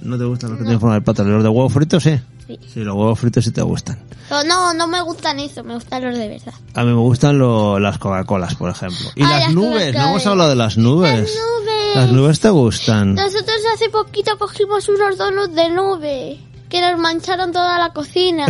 [SPEAKER 3] No te gustan los que tienen forma de plátano. Los de huevo frito sí.
[SPEAKER 2] Mm, Sí.
[SPEAKER 3] Sí, los huevos fritos sí te gustan.
[SPEAKER 2] Pero Oh, no, no me gustan eso, me gustan los de verdad.
[SPEAKER 3] A mí me gustan lo- las Coca-Colas, por ejemplo. Y
[SPEAKER 2] Ah,
[SPEAKER 3] las,
[SPEAKER 2] las
[SPEAKER 3] nubes, no hemos
[SPEAKER 2] Coca-Colas.
[SPEAKER 3] hablado de las nubes.
[SPEAKER 2] Las nubes.
[SPEAKER 3] Las nubes te gustan.
[SPEAKER 2] Nosotros hace poquito cogimos unos donuts de nube que nos mancharon toda la cocina.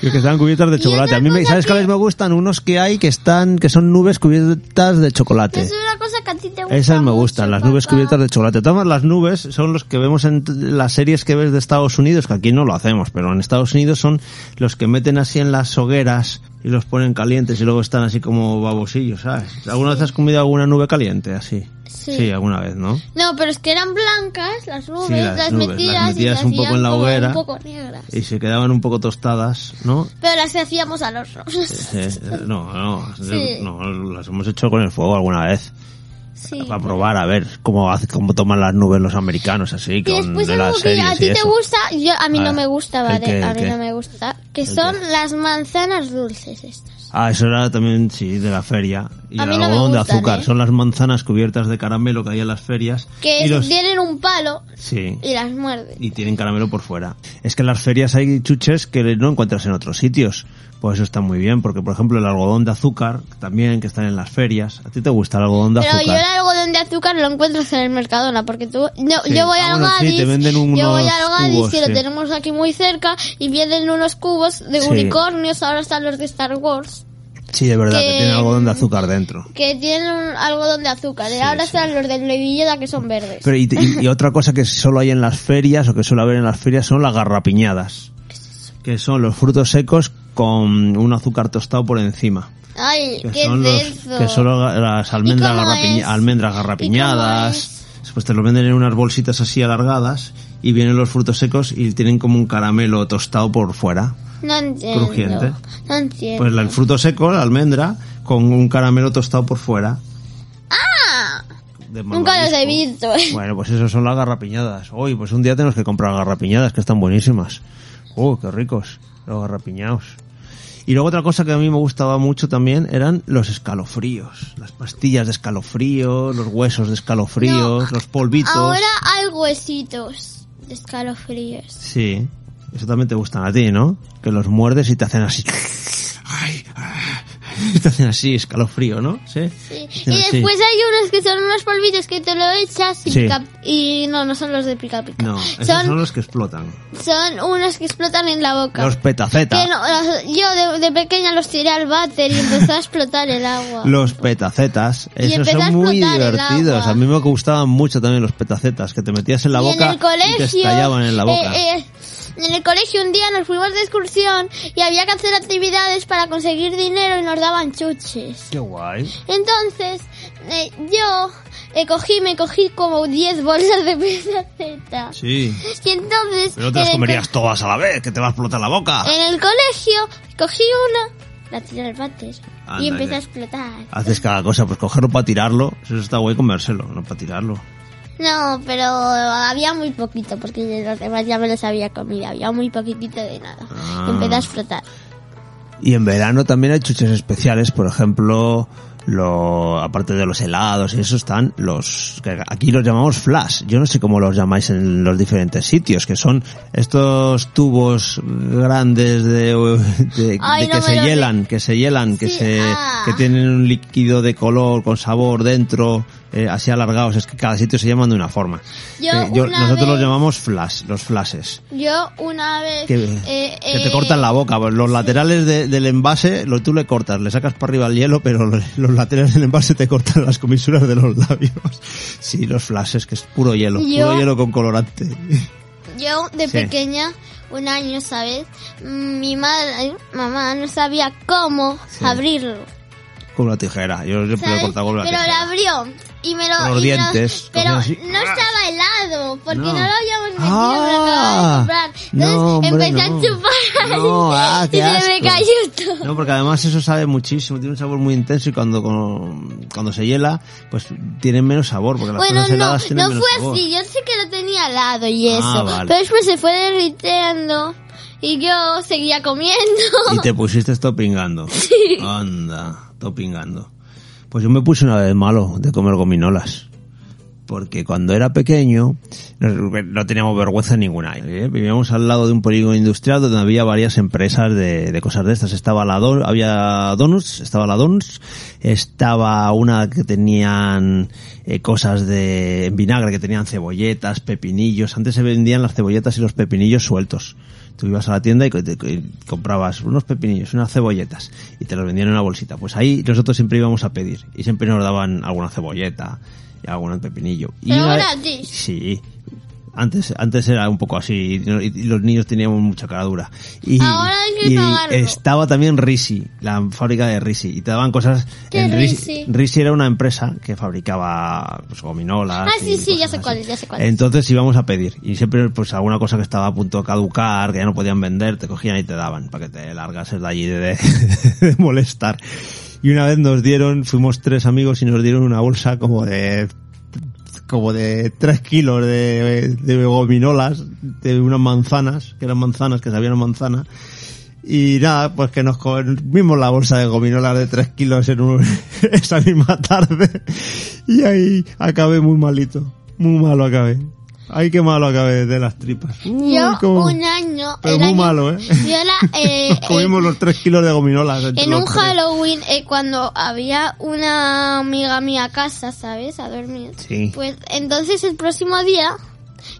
[SPEAKER 3] Y que están cubiertas de
[SPEAKER 2] Y
[SPEAKER 3] chocolate.
[SPEAKER 2] otra
[SPEAKER 3] A mí, me,
[SPEAKER 2] cosa
[SPEAKER 3] ¿sabes
[SPEAKER 2] que-
[SPEAKER 3] cuáles me gustan? Unos que hay que están, que son nubes cubiertas de chocolate.
[SPEAKER 2] es una cosa que a ti te gusta.
[SPEAKER 3] Esas me gustan, las nubes cubiertas de chocolate. Todas las nubes son los que vemos en t- las series que ves de Estados Unidos, que aquí no lo hacemos, pero en Estados Unidos son los que meten así en las hogueras y los ponen calientes y luego están así como babosillos, ¿sabes? ¿Alguna vez has comido alguna nube caliente así?
[SPEAKER 2] Sí.
[SPEAKER 3] alguna vez, ¿no?
[SPEAKER 2] No, pero es que eran blancas las nubes,
[SPEAKER 3] Sí, las
[SPEAKER 2] las,
[SPEAKER 3] nubes,
[SPEAKER 2] metías,
[SPEAKER 3] las metías
[SPEAKER 2] y
[SPEAKER 3] un
[SPEAKER 2] las
[SPEAKER 3] poco en la
[SPEAKER 2] hacían como
[SPEAKER 3] hoguera.
[SPEAKER 2] Un poco negras.
[SPEAKER 3] Y se quedaban un poco tostadas, ¿no?
[SPEAKER 2] Pero las hacíamos al horno.
[SPEAKER 3] Sí, eh, no, no,
[SPEAKER 2] Sí.
[SPEAKER 3] no, las hemos hecho con el fuego alguna vez.
[SPEAKER 2] Sí.
[SPEAKER 3] Para probar, a ver cómo, hace- cómo toman las nubes los americanos, así,
[SPEAKER 2] Y
[SPEAKER 3] con
[SPEAKER 2] después
[SPEAKER 3] de
[SPEAKER 2] algo
[SPEAKER 3] las
[SPEAKER 2] que
[SPEAKER 3] series
[SPEAKER 2] a
[SPEAKER 3] y
[SPEAKER 2] ti te
[SPEAKER 3] eso.
[SPEAKER 2] gusta, yo, a mí
[SPEAKER 3] Ah,
[SPEAKER 2] no me gusta,
[SPEAKER 3] ¿el
[SPEAKER 2] ¿vale?
[SPEAKER 3] qué, el
[SPEAKER 2] a mí
[SPEAKER 3] qué?
[SPEAKER 2] no me gusta. Que
[SPEAKER 3] ¿El
[SPEAKER 2] son
[SPEAKER 3] qué?
[SPEAKER 2] las manzanas dulces estas.
[SPEAKER 3] Ah, eso era también, sí, de la feria. Y
[SPEAKER 2] A
[SPEAKER 3] el
[SPEAKER 2] mí no me
[SPEAKER 3] algodón de
[SPEAKER 2] gustan,
[SPEAKER 3] azúcar.
[SPEAKER 2] ¿eh?
[SPEAKER 3] Son las manzanas cubiertas de caramelo que hay en las ferias.
[SPEAKER 2] Que
[SPEAKER 3] y los-
[SPEAKER 2] tienen un palo
[SPEAKER 3] Sí.
[SPEAKER 2] y las muerde.
[SPEAKER 3] Y tienen caramelo por fuera. Es que en las ferias hay chuches que no encuentras en otros sitios. Pues eso está muy bien, porque por ejemplo el algodón de azúcar también, que están en las ferias. ¿A ti te gusta el algodón de
[SPEAKER 2] Pero yo
[SPEAKER 3] azúcar?
[SPEAKER 2] el algodón de azúcar lo encuentras en el Mercadona, porque tú... Yo,
[SPEAKER 3] Sí.
[SPEAKER 2] yo voy
[SPEAKER 3] Ah,
[SPEAKER 2] al
[SPEAKER 3] bueno, sí,
[SPEAKER 2] Gadis,
[SPEAKER 3] te venden
[SPEAKER 2] yo voy
[SPEAKER 3] unos
[SPEAKER 2] al Gadis
[SPEAKER 3] cubos,
[SPEAKER 2] que
[SPEAKER 3] sí.
[SPEAKER 2] lo tenemos aquí muy cerca, y vienen unos cubos de
[SPEAKER 3] Sí.
[SPEAKER 2] unicornios, ahora están los de Star Wars.
[SPEAKER 3] Sí, es verdad, que
[SPEAKER 2] Que-
[SPEAKER 3] tiene algodón de azúcar dentro.
[SPEAKER 2] que tienen un algodón de azúcar. y ahora están los de Nevilleda que son verdes.
[SPEAKER 3] Pero y, y- y otra cosa que solo hay en las ferias o que suele haber en las ferias son las garrapiñadas, que son los frutos secos con un azúcar tostado por encima.
[SPEAKER 2] Ay,
[SPEAKER 3] Que
[SPEAKER 2] qué
[SPEAKER 3] son, los-
[SPEAKER 2] denso.
[SPEAKER 3] que son los- las almendras,
[SPEAKER 2] ¿Y cómo
[SPEAKER 3] garrapiña-
[SPEAKER 2] es?
[SPEAKER 3] almendras garrapiñadas. Pues te los venden en unas bolsitas así alargadas y vienen los frutos secos y tienen como un caramelo tostado por fuera.
[SPEAKER 2] No entiendo.
[SPEAKER 3] crujiente.
[SPEAKER 2] No entiendo.
[SPEAKER 3] Pues la- el fruto seco, la almendra, con un caramelo tostado por fuera. De
[SPEAKER 2] Ah, Nunca los he
[SPEAKER 3] malvavisco.
[SPEAKER 2] visto.
[SPEAKER 3] Bueno, pues eso son las garrapiñadas. Hoy, pues un día tenemos que comprar garrapiñadas, que están buenísimas. ¡Uh, qué ricos! Los garrapiñados. Y luego otra cosa que a mí me gustaba mucho también eran los escalofríos. Las pastillas de escalofríos, los huesos de escalofríos, los polvitos.
[SPEAKER 2] Ahora hay huesitos de escalofríos.
[SPEAKER 3] Sí. Eso también te gustan a ti, ¿no? Que los muerdes y te hacen así. Ay, ah. te hacen así, escalofrío, ¿no? Sí.
[SPEAKER 2] Sí.
[SPEAKER 3] Sí,
[SPEAKER 2] Y después hay unos que son unos polvitos que te lo echas y,
[SPEAKER 3] Sí.
[SPEAKER 2] pica- y no, no son los de pica pica.
[SPEAKER 3] No, esos son...
[SPEAKER 2] son,
[SPEAKER 3] los que explotan.
[SPEAKER 2] son unos que explotan en la boca.
[SPEAKER 3] Los
[SPEAKER 2] Que
[SPEAKER 3] petacetas.
[SPEAKER 2] no- las- yo de, de pequeña los tiré al váter y empezó a explotar el agua.
[SPEAKER 3] Los petacetas,
[SPEAKER 2] Y
[SPEAKER 3] esos
[SPEAKER 2] empezó a
[SPEAKER 3] son muy
[SPEAKER 2] explotar el
[SPEAKER 3] divertidos.
[SPEAKER 2] agua.
[SPEAKER 3] A mí me gustaban mucho también los petacetas, que te metías en la
[SPEAKER 2] y
[SPEAKER 3] boca
[SPEAKER 2] en el colegio,
[SPEAKER 3] y te estallaban en la boca.
[SPEAKER 2] eh, eh, en el colegio un día nos fuimos de excursión y había que hacer actividades para conseguir dinero y nos daban chuches.
[SPEAKER 3] Qué guay.
[SPEAKER 2] Entonces, eh, yo eh, cogí, me cogí como 10 bolsas de pizza
[SPEAKER 3] Sí.
[SPEAKER 2] Y entonces,
[SPEAKER 3] Pero te las
[SPEAKER 2] en, el, Eh.
[SPEAKER 3] comerías todas a la vez, que te va a explotar la boca.
[SPEAKER 2] co- en el colegio, cogí una, la tiré al váter
[SPEAKER 3] Ándale.
[SPEAKER 2] y empezó a explotar.
[SPEAKER 3] Haces cada cosa, pues cogerlo para tirarlo. Eso está guay comérselo, no para tirarlo.
[SPEAKER 2] No, pero había muy poquito, porque los demás ya me los había comido. Había muy poquitito de nada.
[SPEAKER 3] Ah.
[SPEAKER 2] Y empezó a explotar.
[SPEAKER 3] Y en verano también hay chuches especiales, por ejemplo, lo, aparte de los helados y eso están los, que aquí los llamamos flash, yo no sé cómo los llamáis en los diferentes sitios, que son estos tubos grandes de, de-
[SPEAKER 2] Ay,
[SPEAKER 3] de que
[SPEAKER 2] no me
[SPEAKER 3] se
[SPEAKER 2] lo sé.
[SPEAKER 3] hielan, que se hielan, que
[SPEAKER 2] Sí,
[SPEAKER 3] se,
[SPEAKER 2] ah.
[SPEAKER 3] que tienen un líquido de color con sabor dentro, eh, así alargados, es que cada sitio se llaman de una forma.
[SPEAKER 2] Yo
[SPEAKER 3] Eh,
[SPEAKER 2] una
[SPEAKER 3] nosotros los
[SPEAKER 2] vez-
[SPEAKER 3] llamamos flash, los flashes
[SPEAKER 2] Yo una vez...
[SPEAKER 3] que,
[SPEAKER 2] eh,
[SPEAKER 3] que te
[SPEAKER 2] eh,
[SPEAKER 3] cortan la boca. Pues Los laterales de- del envase, lo, tú le cortas, le sacas para arriba el hielo, pero lo- los laterales del envase te cortan las comisuras de los labios. Sí, los flashes, que es puro hielo,
[SPEAKER 2] Yo-
[SPEAKER 3] puro hielo con colorante.
[SPEAKER 2] Yo de
[SPEAKER 3] Sí.
[SPEAKER 2] pequeña, un año, ¿sabes? Mm, Mi madre, mamá no sabía cómo
[SPEAKER 3] Sí.
[SPEAKER 2] abrirlo.
[SPEAKER 3] Con una tijera, yo siempre lo he
[SPEAKER 2] ¿sabes?
[SPEAKER 3] cortado con una
[SPEAKER 2] Pero lo
[SPEAKER 3] tijera.
[SPEAKER 2] abrió y me lo...
[SPEAKER 3] Con los
[SPEAKER 2] y me lo-
[SPEAKER 3] dientes,
[SPEAKER 2] pero
[SPEAKER 3] cogía así.
[SPEAKER 2] no estaba helado, porque
[SPEAKER 3] No.
[SPEAKER 2] no, lo habíamos metido,
[SPEAKER 3] Ah.
[SPEAKER 2] me lo acababa de comprar.
[SPEAKER 3] No,
[SPEAKER 2] Entonces
[SPEAKER 3] hombre,
[SPEAKER 2] empecé
[SPEAKER 3] no.
[SPEAKER 2] a chupar
[SPEAKER 3] No, ah, qué
[SPEAKER 2] y se me
[SPEAKER 3] asco.
[SPEAKER 2] cayó todo.
[SPEAKER 3] No, porque además eso sabe muchísimo, tiene un sabor muy intenso y cuando, con- cuando se hiela, pues tiene menos sabor, porque las
[SPEAKER 2] Bueno,
[SPEAKER 3] cosas
[SPEAKER 2] no,
[SPEAKER 3] heladas tienen
[SPEAKER 2] no
[SPEAKER 3] menos
[SPEAKER 2] fue
[SPEAKER 3] sabor.
[SPEAKER 2] así. Yo sé que lo tenía al lado y
[SPEAKER 3] Ah,
[SPEAKER 2] eso.
[SPEAKER 3] vale.
[SPEAKER 2] Pero después se fue derritiendo y yo seguía comiendo.
[SPEAKER 3] Y te pusiste topingando. Anda, topingando. Pues yo me puse una vez malo de comer gominolas. Porque cuando era pequeño no, no teníamos vergüenza ninguna. ¿eh? Vivíamos al lado de un polígono industrial donde había varias empresas de, de cosas de estas. Estaba la Don- había Donuts, estaba la Donuts, estaba una que tenían eh, cosas de en vinagre, que tenían cebolletas, pepinillos. Antes se vendían las cebolletas y los pepinillos sueltos. Tú ibas a la tienda y, co- te- y comprabas unos pepinillos, unas cebolletas y te los vendían en una bolsita. Pues ahí nosotros siempre íbamos a pedir y siempre nos daban alguna cebolleta y algún pepinillo. Y
[SPEAKER 2] Pero
[SPEAKER 3] una-
[SPEAKER 2] gratis.
[SPEAKER 3] Sí. Antes, antes era un poco así y y los niños teníamos mucha cara dura. Y,
[SPEAKER 2] Ahora hay que
[SPEAKER 3] y
[SPEAKER 2] pagarlo.
[SPEAKER 3] estaba también Risi, la fábrica de Risi, y te daban cosas...
[SPEAKER 2] ¿Qué
[SPEAKER 3] en
[SPEAKER 2] Risi?
[SPEAKER 3] Risi era una empresa que fabricaba pues, gominolas.
[SPEAKER 2] Ah, sí,
[SPEAKER 3] y
[SPEAKER 2] sí, ya
[SPEAKER 3] cosas
[SPEAKER 2] sé
[SPEAKER 3] así.
[SPEAKER 2] cuál es, ya sé cuál es.
[SPEAKER 3] Entonces íbamos a pedir y siempre pues alguna cosa que estaba a punto de caducar, que ya no podían vender, te cogían y te daban para que te largases de allí de, de- de molestar. Y una vez nos dieron, fuimos tres amigos y nos dieron una bolsa como de como de tres kilos de, de gominolas, de unas manzanas, que eran manzanas, que sabían a manzana. Y nada, pues que nos comimos la bolsa de gominolas de 3 kilos en un- esa misma tarde. Y ahí acabé muy malito. Muy malo acabé. Ay, qué malo acabé de las tripas. Uy,
[SPEAKER 2] yo
[SPEAKER 3] cómo-
[SPEAKER 2] un año.
[SPEAKER 3] Mm, Pero
[SPEAKER 2] el
[SPEAKER 3] muy
[SPEAKER 2] año-
[SPEAKER 3] malo, ¿eh?
[SPEAKER 2] Yo era. eh,
[SPEAKER 3] Nos comimos
[SPEAKER 2] eh,
[SPEAKER 3] los 3 kilos de gominolas. entre
[SPEAKER 2] en
[SPEAKER 3] los
[SPEAKER 2] un
[SPEAKER 3] tres.
[SPEAKER 2] Halloween, eh, cuando había una amiga mía a casa, ¿sabes? A dormir.
[SPEAKER 3] Sí.
[SPEAKER 2] Pues entonces el próximo día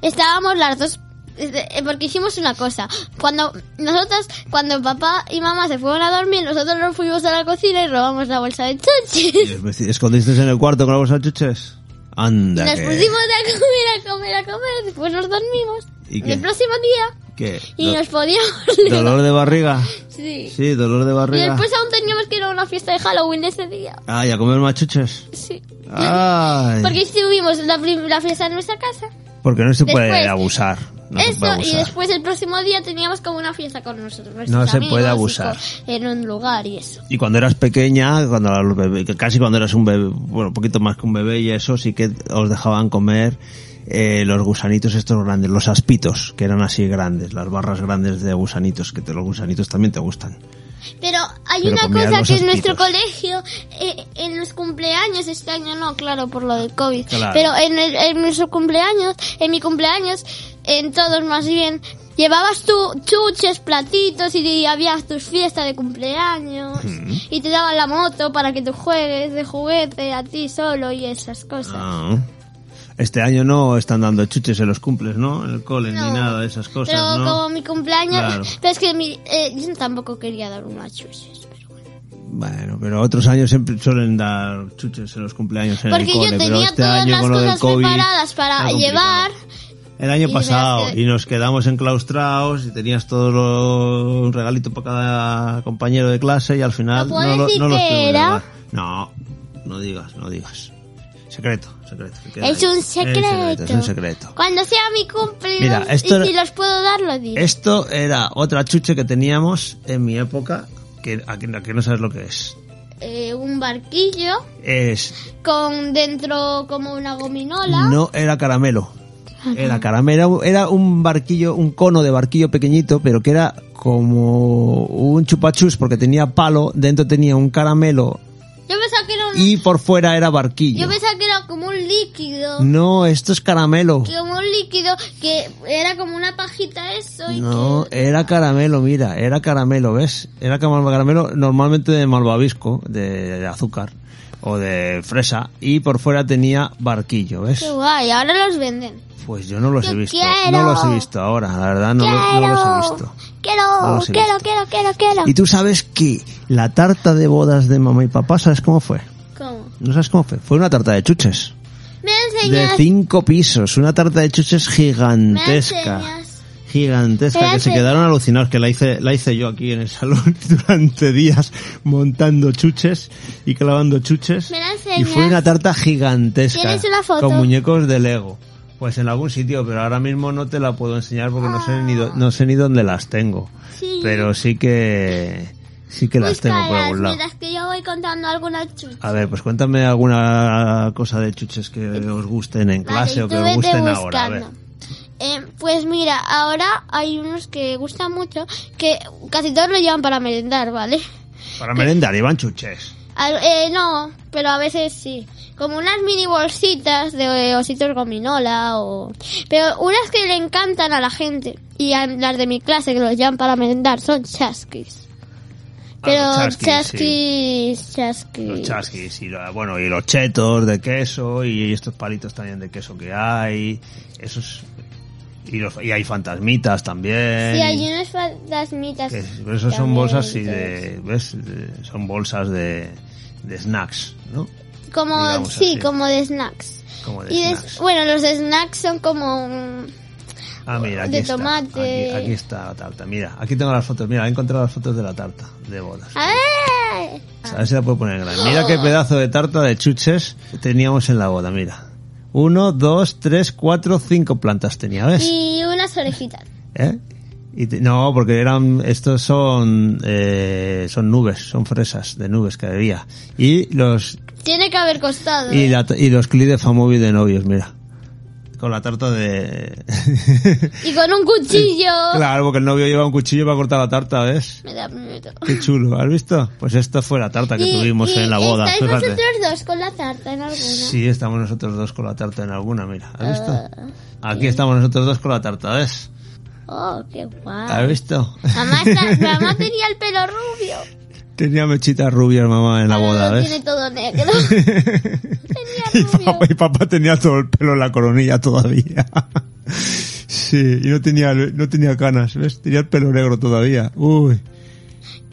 [SPEAKER 2] estábamos las dos Este, Porque hicimos una cosa. Cuando nosotros, cuando papá y mamá se fueron a dormir, nosotros nos fuimos a la cocina y robamos la bolsa de chuches.
[SPEAKER 3] ¿Escondisteis en el cuarto con la bolsa de chuches? Anda.
[SPEAKER 2] Nos
[SPEAKER 3] que-
[SPEAKER 2] pusimos a comer, a comer, a comer. Después nos dormimos.
[SPEAKER 3] ¿Y qué?
[SPEAKER 2] el próximo día.
[SPEAKER 3] ¿Qué?
[SPEAKER 2] Y
[SPEAKER 3] Do-
[SPEAKER 2] nos podíamos.
[SPEAKER 3] ¿Dolor de barriga?
[SPEAKER 2] Sí.
[SPEAKER 3] Sí, dolor de
[SPEAKER 2] Y
[SPEAKER 3] barriga.
[SPEAKER 2] después aún teníamos que ir a una fiesta de Halloween ese día.
[SPEAKER 3] Ay, a comer más chuches.
[SPEAKER 2] Sí.
[SPEAKER 3] Ah. Ay.
[SPEAKER 2] Porque estuvimos la, prim- la fiesta en nuestra casa.
[SPEAKER 3] Porque no se puede
[SPEAKER 2] Después-
[SPEAKER 3] abusar. No se
[SPEAKER 2] Eso,
[SPEAKER 3] puede
[SPEAKER 2] y
[SPEAKER 3] abusar.
[SPEAKER 2] después el próximo día teníamos como una fiesta con nosotros. nuestros
[SPEAKER 3] No se
[SPEAKER 2] amigos
[SPEAKER 3] puede
[SPEAKER 2] y
[SPEAKER 3] abusar.
[SPEAKER 2] con- En un lugar y eso.
[SPEAKER 3] Y cuando eras pequeña, cuando eras bebé- que casi cuando eras un bebé, bueno, un poquito más que un bebé y eso, sí que os dejaban comer eh, los gusanitos estos grandes, los aspitos, que eran así grandes, las barras grandes de gusanitos, que te, los gusanitos también te gustan.
[SPEAKER 2] Pero hay
[SPEAKER 3] Pero
[SPEAKER 2] una
[SPEAKER 3] comían
[SPEAKER 2] cosa
[SPEAKER 3] los
[SPEAKER 2] que en nuestro
[SPEAKER 3] aspitos.
[SPEAKER 2] colegio, eh, en los cumpleaños, este año no, claro, por lo del COVID,
[SPEAKER 3] Claro.
[SPEAKER 2] pero en, el- en nuestro cumpleaños, en mi cumpleaños, en todos más bien, llevabas tú chuches, platitos y habías tus fiestas de cumpleaños
[SPEAKER 3] Mm.
[SPEAKER 2] y te daban la moto para que tú juegues de juguete a ti solo y esas cosas.
[SPEAKER 3] Ah. Este año no están dando chuches en los cumples, ¿no? En el cole,
[SPEAKER 2] No.
[SPEAKER 3] ni nada de esas cosas,
[SPEAKER 2] pero
[SPEAKER 3] ¿no?
[SPEAKER 2] como mi cumpleaños,
[SPEAKER 3] Claro.
[SPEAKER 2] pero es que mi, eh, yo tampoco quería dar unas chuches. pero bueno.
[SPEAKER 3] Bueno, pero otros años siempre suelen dar chuches en los cumpleaños en
[SPEAKER 2] Porque
[SPEAKER 3] el cole,
[SPEAKER 2] yo
[SPEAKER 3] pero
[SPEAKER 2] tenía
[SPEAKER 3] este
[SPEAKER 2] todas
[SPEAKER 3] año
[SPEAKER 2] las
[SPEAKER 3] con lo del
[SPEAKER 2] cosas
[SPEAKER 3] COVID
[SPEAKER 2] preparadas
[SPEAKER 3] está
[SPEAKER 2] para
[SPEAKER 3] complicado.
[SPEAKER 2] llevar.
[SPEAKER 3] El año
[SPEAKER 2] Y
[SPEAKER 3] pasado
[SPEAKER 2] verás que-
[SPEAKER 3] y nos quedamos enclaustrados y tenías todos los un regalito para cada compañero de clase y al final
[SPEAKER 2] ¿No puedo
[SPEAKER 3] lo-
[SPEAKER 2] decir
[SPEAKER 3] los
[SPEAKER 2] qué
[SPEAKER 3] tuvimos que
[SPEAKER 2] era?
[SPEAKER 3] llevar. No, no digas, no digas. Secreto, secreto. que queda
[SPEAKER 2] Es
[SPEAKER 3] ahí.
[SPEAKER 2] un
[SPEAKER 3] Es secreto,
[SPEAKER 2] secreto.
[SPEAKER 3] Es un secreto.
[SPEAKER 2] Cuando sea mi cumpleaños,
[SPEAKER 3] Mira, esto era-
[SPEAKER 2] y si los puedo dar, lo diré.
[SPEAKER 3] Esto era otra chuche que teníamos en mi época que a que, a que no sabes lo que es.
[SPEAKER 2] Eh, un barquillo
[SPEAKER 3] Es
[SPEAKER 2] con dentro como una gominola.
[SPEAKER 3] no era caramelo. Era caramelo, era un barquillo, un cono de barquillo pequeñito, pero que era como un chupachus porque tenía palo, dentro tenía un caramelo
[SPEAKER 2] Yo pensaba que era un-
[SPEAKER 3] y por fuera era barquillo.
[SPEAKER 2] yo pensaba que era como un líquido.
[SPEAKER 3] No, esto es caramelo.
[SPEAKER 2] que Como un líquido que era como una pajita eso y
[SPEAKER 3] No,
[SPEAKER 2] que-
[SPEAKER 3] era caramelo, mira, era caramelo, ¿ves? Era cam- caramelo normalmente de malvavisco, de, de azúcar o de fresa y por fuera tenía barquillo, ¿ves?
[SPEAKER 2] Qué guay, ahora los venden.
[SPEAKER 3] Pues yo no los he
[SPEAKER 2] Yo
[SPEAKER 3] visto,
[SPEAKER 2] quiero.
[SPEAKER 3] no los he visto ahora, la verdad no, lo- no
[SPEAKER 2] quiero,
[SPEAKER 3] los he visto.
[SPEAKER 2] quiero,
[SPEAKER 3] No los he
[SPEAKER 2] quiero,
[SPEAKER 3] visto.
[SPEAKER 2] quiero, quiero, quiero.
[SPEAKER 3] Y tú sabes que la tarta de bodas de mamá y papá, ¿sabes cómo fue?
[SPEAKER 2] ¿Cómo?
[SPEAKER 3] ¿No sabes cómo fue? Fue una tarta de chuches.
[SPEAKER 2] Me
[SPEAKER 3] De
[SPEAKER 2] enseñas.
[SPEAKER 3] cinco pisos, una tarta de chuches
[SPEAKER 2] Me
[SPEAKER 3] gigantesca.
[SPEAKER 2] enseñas.
[SPEAKER 3] gigantesca que se
[SPEAKER 2] Espérate.
[SPEAKER 3] quedaron alucinados que la hice la hice yo aquí en el salón durante días montando chuches y clavando chuches
[SPEAKER 2] ¿Me la
[SPEAKER 3] y
[SPEAKER 2] enseñas?
[SPEAKER 3] fue una tarta gigantesca
[SPEAKER 2] ¿Tienes una foto?
[SPEAKER 3] con muñecos de Lego pues en algún sitio pero ahora mismo no te la puedo enseñar porque no sé ni do- no sé ni dónde las tengo
[SPEAKER 2] Sí.
[SPEAKER 3] pero sí que sí que las tengo por
[SPEAKER 2] Búscalas,
[SPEAKER 3] algún lado
[SPEAKER 2] mientras que yo voy contando algunas chuches.
[SPEAKER 3] a ver pues cuéntame alguna cosa de chuches que os gusten en clase
[SPEAKER 2] Vale,
[SPEAKER 3] o
[SPEAKER 2] y
[SPEAKER 3] que
[SPEAKER 2] tú
[SPEAKER 3] os
[SPEAKER 2] vete
[SPEAKER 3] gusten ahora a ver.
[SPEAKER 2] buscando. Eh, pues mira, ahora hay unos que gustan mucho, que casi todos lo llevan para merendar, ¿vale?
[SPEAKER 3] para merendar iban chuches
[SPEAKER 2] Al- eh, no, pero a veces sí. Como unas mini bolsitas de eh, ositos gominola o... Pero unas que le encantan a la gente. Y a las de mi clase que los llaman para merendar son chasquis. Pero
[SPEAKER 3] Ah, los
[SPEAKER 2] chasquis,
[SPEAKER 3] chasquis,
[SPEAKER 2] chasquis,
[SPEAKER 3] Los chasquis y, la- bueno, y los chetos de queso y estos palitos también de queso que hay. Esos, y, los, y hay fantasmitas también.
[SPEAKER 2] Sí, hay unas fantasmitas.
[SPEAKER 3] que- pero esos son
[SPEAKER 2] también,
[SPEAKER 3] bolsas así
[SPEAKER 2] entonces.
[SPEAKER 3] de, ¿ves? De- son bolsas de, de snacks, ¿no?
[SPEAKER 2] Como,
[SPEAKER 3] digamos
[SPEAKER 2] sí,
[SPEAKER 3] así.
[SPEAKER 2] como de snacks.
[SPEAKER 3] Como de
[SPEAKER 2] y de-
[SPEAKER 3] snacks.
[SPEAKER 2] bueno, los snacks son como... mm,
[SPEAKER 3] Ah, mira, aquí
[SPEAKER 2] de
[SPEAKER 3] está.
[SPEAKER 2] tomate.
[SPEAKER 3] Aquí, aquí está la tarta. Mira, aquí tengo las fotos. Mira, he encontrado las fotos de la tarta de bodas.
[SPEAKER 2] ¡A ver!
[SPEAKER 3] A ver si la puedo poner en grande. Mira qué pedazo de tarta de chuches teníamos en la boda, mira. Uno, dos, tres, cuatro, cinco plantas tenía, ¿ves?
[SPEAKER 2] Y unas orejitas.
[SPEAKER 3] ¿Eh? Y te- no, porque eran, estos son, eh, son nubes, son fresas de nubes que había. Y los,
[SPEAKER 2] Tiene que haber costado.
[SPEAKER 3] y,
[SPEAKER 2] ¿eh?
[SPEAKER 3] la, y los clips de Famovi de novios, mira. Con la tarta de...
[SPEAKER 2] Y con un cuchillo.
[SPEAKER 3] claro, porque el novio lleva un cuchillo para cortar la tarta, ¿ves?
[SPEAKER 2] Me da miedo.
[SPEAKER 3] Qué chulo, ¿has visto? Pues esta fue la tarta que
[SPEAKER 2] Y-
[SPEAKER 3] tuvimos
[SPEAKER 2] y
[SPEAKER 3] en la boda,
[SPEAKER 2] ¿Estáis
[SPEAKER 3] fíjate.
[SPEAKER 2] vosotros dos con la tarta en alguna?
[SPEAKER 3] Sí, estamos nosotros dos con la tarta en alguna, mira. ¿Has visto?
[SPEAKER 2] Ah.
[SPEAKER 3] Aquí estamos nosotros dos con la tarta, ¿ves?
[SPEAKER 2] Oh, qué guay.
[SPEAKER 3] ¿Has visto?
[SPEAKER 2] Mamá, está- mamá tenía el pelo rubio.
[SPEAKER 3] Tenía mechitas rubias mamá en la
[SPEAKER 2] Ahora
[SPEAKER 3] boda,
[SPEAKER 2] lo
[SPEAKER 3] ¿ves?
[SPEAKER 2] Ah, tiene todo negro.
[SPEAKER 3] y,
[SPEAKER 2] tenía rubio.
[SPEAKER 3] papá, y papá tenía todo el pelo en la coronilla todavía.
[SPEAKER 4] Sí, y no tenía, no tenía canas, ¿ves? Tenía el pelo negro todavía. Uy.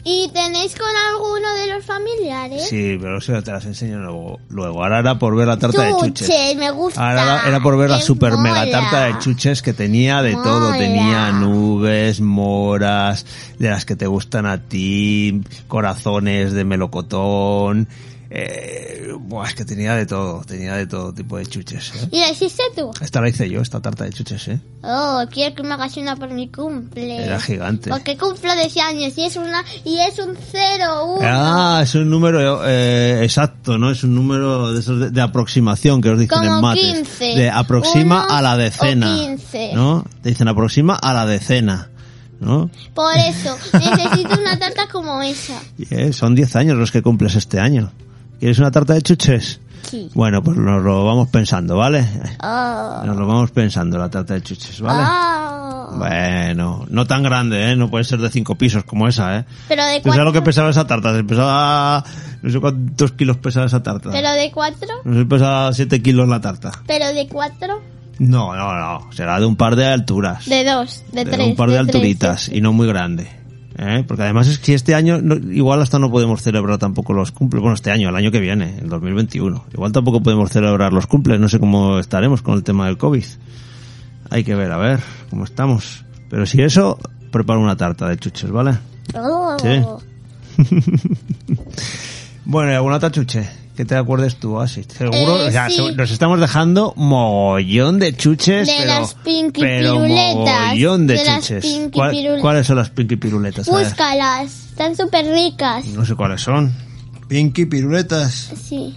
[SPEAKER 2] ¿Y tenéis con alguno de los familiares?
[SPEAKER 3] Sí, pero eso te las enseño luego. Luego, ahora era por ver la tarta de
[SPEAKER 2] Chuches,
[SPEAKER 3] chuches.
[SPEAKER 2] me gusta.
[SPEAKER 3] Ahora era- era por ver la
[SPEAKER 2] Es
[SPEAKER 3] super
[SPEAKER 2] mola.
[SPEAKER 3] mega tarta de chuches que tenía de todo.
[SPEAKER 2] Mola.
[SPEAKER 3] Tenía nubes, moras, de las que te gustan a ti, corazones de melocotón. Eh, buah, es que tenía de todo, tenía de todo tipo de chuches. ¿eh?
[SPEAKER 2] ¿Y la hiciste tú?
[SPEAKER 3] Esta la hice yo, esta tarta de chuches, ¿eh?
[SPEAKER 2] Oh, quiero que me hagas una por mi cumple.
[SPEAKER 3] Era gigante.
[SPEAKER 2] Porque cumplo 10 años y es una y es un 0 1.
[SPEAKER 3] Ah, es un número eh, exacto, ¿no? Es un número de, esos de, de aproximación que os dicen
[SPEAKER 2] Como
[SPEAKER 3] en mates.
[SPEAKER 2] 15,
[SPEAKER 3] de aproxima
[SPEAKER 2] uno
[SPEAKER 3] a la decena.
[SPEAKER 2] o 15.
[SPEAKER 3] ¿No? Te dicen aproxima a la decena. ¿No?
[SPEAKER 2] Por eso, necesito una tarta como esa.
[SPEAKER 3] Y, eh, son 10 años los que cumples este año. ¿Quieres una tarta de chuches?
[SPEAKER 2] Sí.
[SPEAKER 3] Bueno, pues nos lo vamos pensando, ¿vale?
[SPEAKER 2] Oh.
[SPEAKER 3] Nos lo vamos pensando, la tarta de chuches, ¿vale?
[SPEAKER 2] Oh.
[SPEAKER 3] Bueno, no tan grande, ¿eh? No puede ser de cinco pisos como esa, ¿eh?
[SPEAKER 2] Pero de
[SPEAKER 3] ¿Tú sabes lo que
[SPEAKER 2] 4.
[SPEAKER 3] pesaba esa tarta? Se pesaba... No sé cuántos kilos pesaba esa tarta.
[SPEAKER 2] Pero de 4.
[SPEAKER 3] No sé, pesa 7 kilos la tarta.
[SPEAKER 2] Pero de 4.
[SPEAKER 3] No, no, no. Será de un par de alturas.
[SPEAKER 2] De 2. De 3.
[SPEAKER 3] un par de, alturitas. Y no muy grande. ¿eh? Porque además es que este año, no- igual hasta no podemos celebrar tampoco los cumples. Bueno, este año, el año que viene, el 2021. Igual tampoco podemos celebrar los cumples. No sé cómo estaremos con el tema del COVID. Hay que ver, a ver, cómo estamos. Pero si eso, preparo una tarta de chuches, ¿vale?
[SPEAKER 2] Oh.
[SPEAKER 3] Sí. Bueno, y alguna otra chuche que te acuerdes tú, así. Seguro,
[SPEAKER 2] Eh,
[SPEAKER 3] o sea,
[SPEAKER 2] sí.
[SPEAKER 3] se- nos estamos dejando mogollón de chuches.
[SPEAKER 2] De
[SPEAKER 3] pero,
[SPEAKER 2] las Pinky
[SPEAKER 3] pero
[SPEAKER 2] Piruletas,
[SPEAKER 3] Mogollón de,
[SPEAKER 2] de las
[SPEAKER 3] chuches.
[SPEAKER 2] Pinky
[SPEAKER 3] ¿Cuál-
[SPEAKER 2] Pirul-
[SPEAKER 3] ¿Cuáles son las pinky piruletas? A ver,
[SPEAKER 2] Búscalas. Están súper ricas.
[SPEAKER 3] no sé cuáles son.
[SPEAKER 4] Pinky piruletas.
[SPEAKER 2] Sí.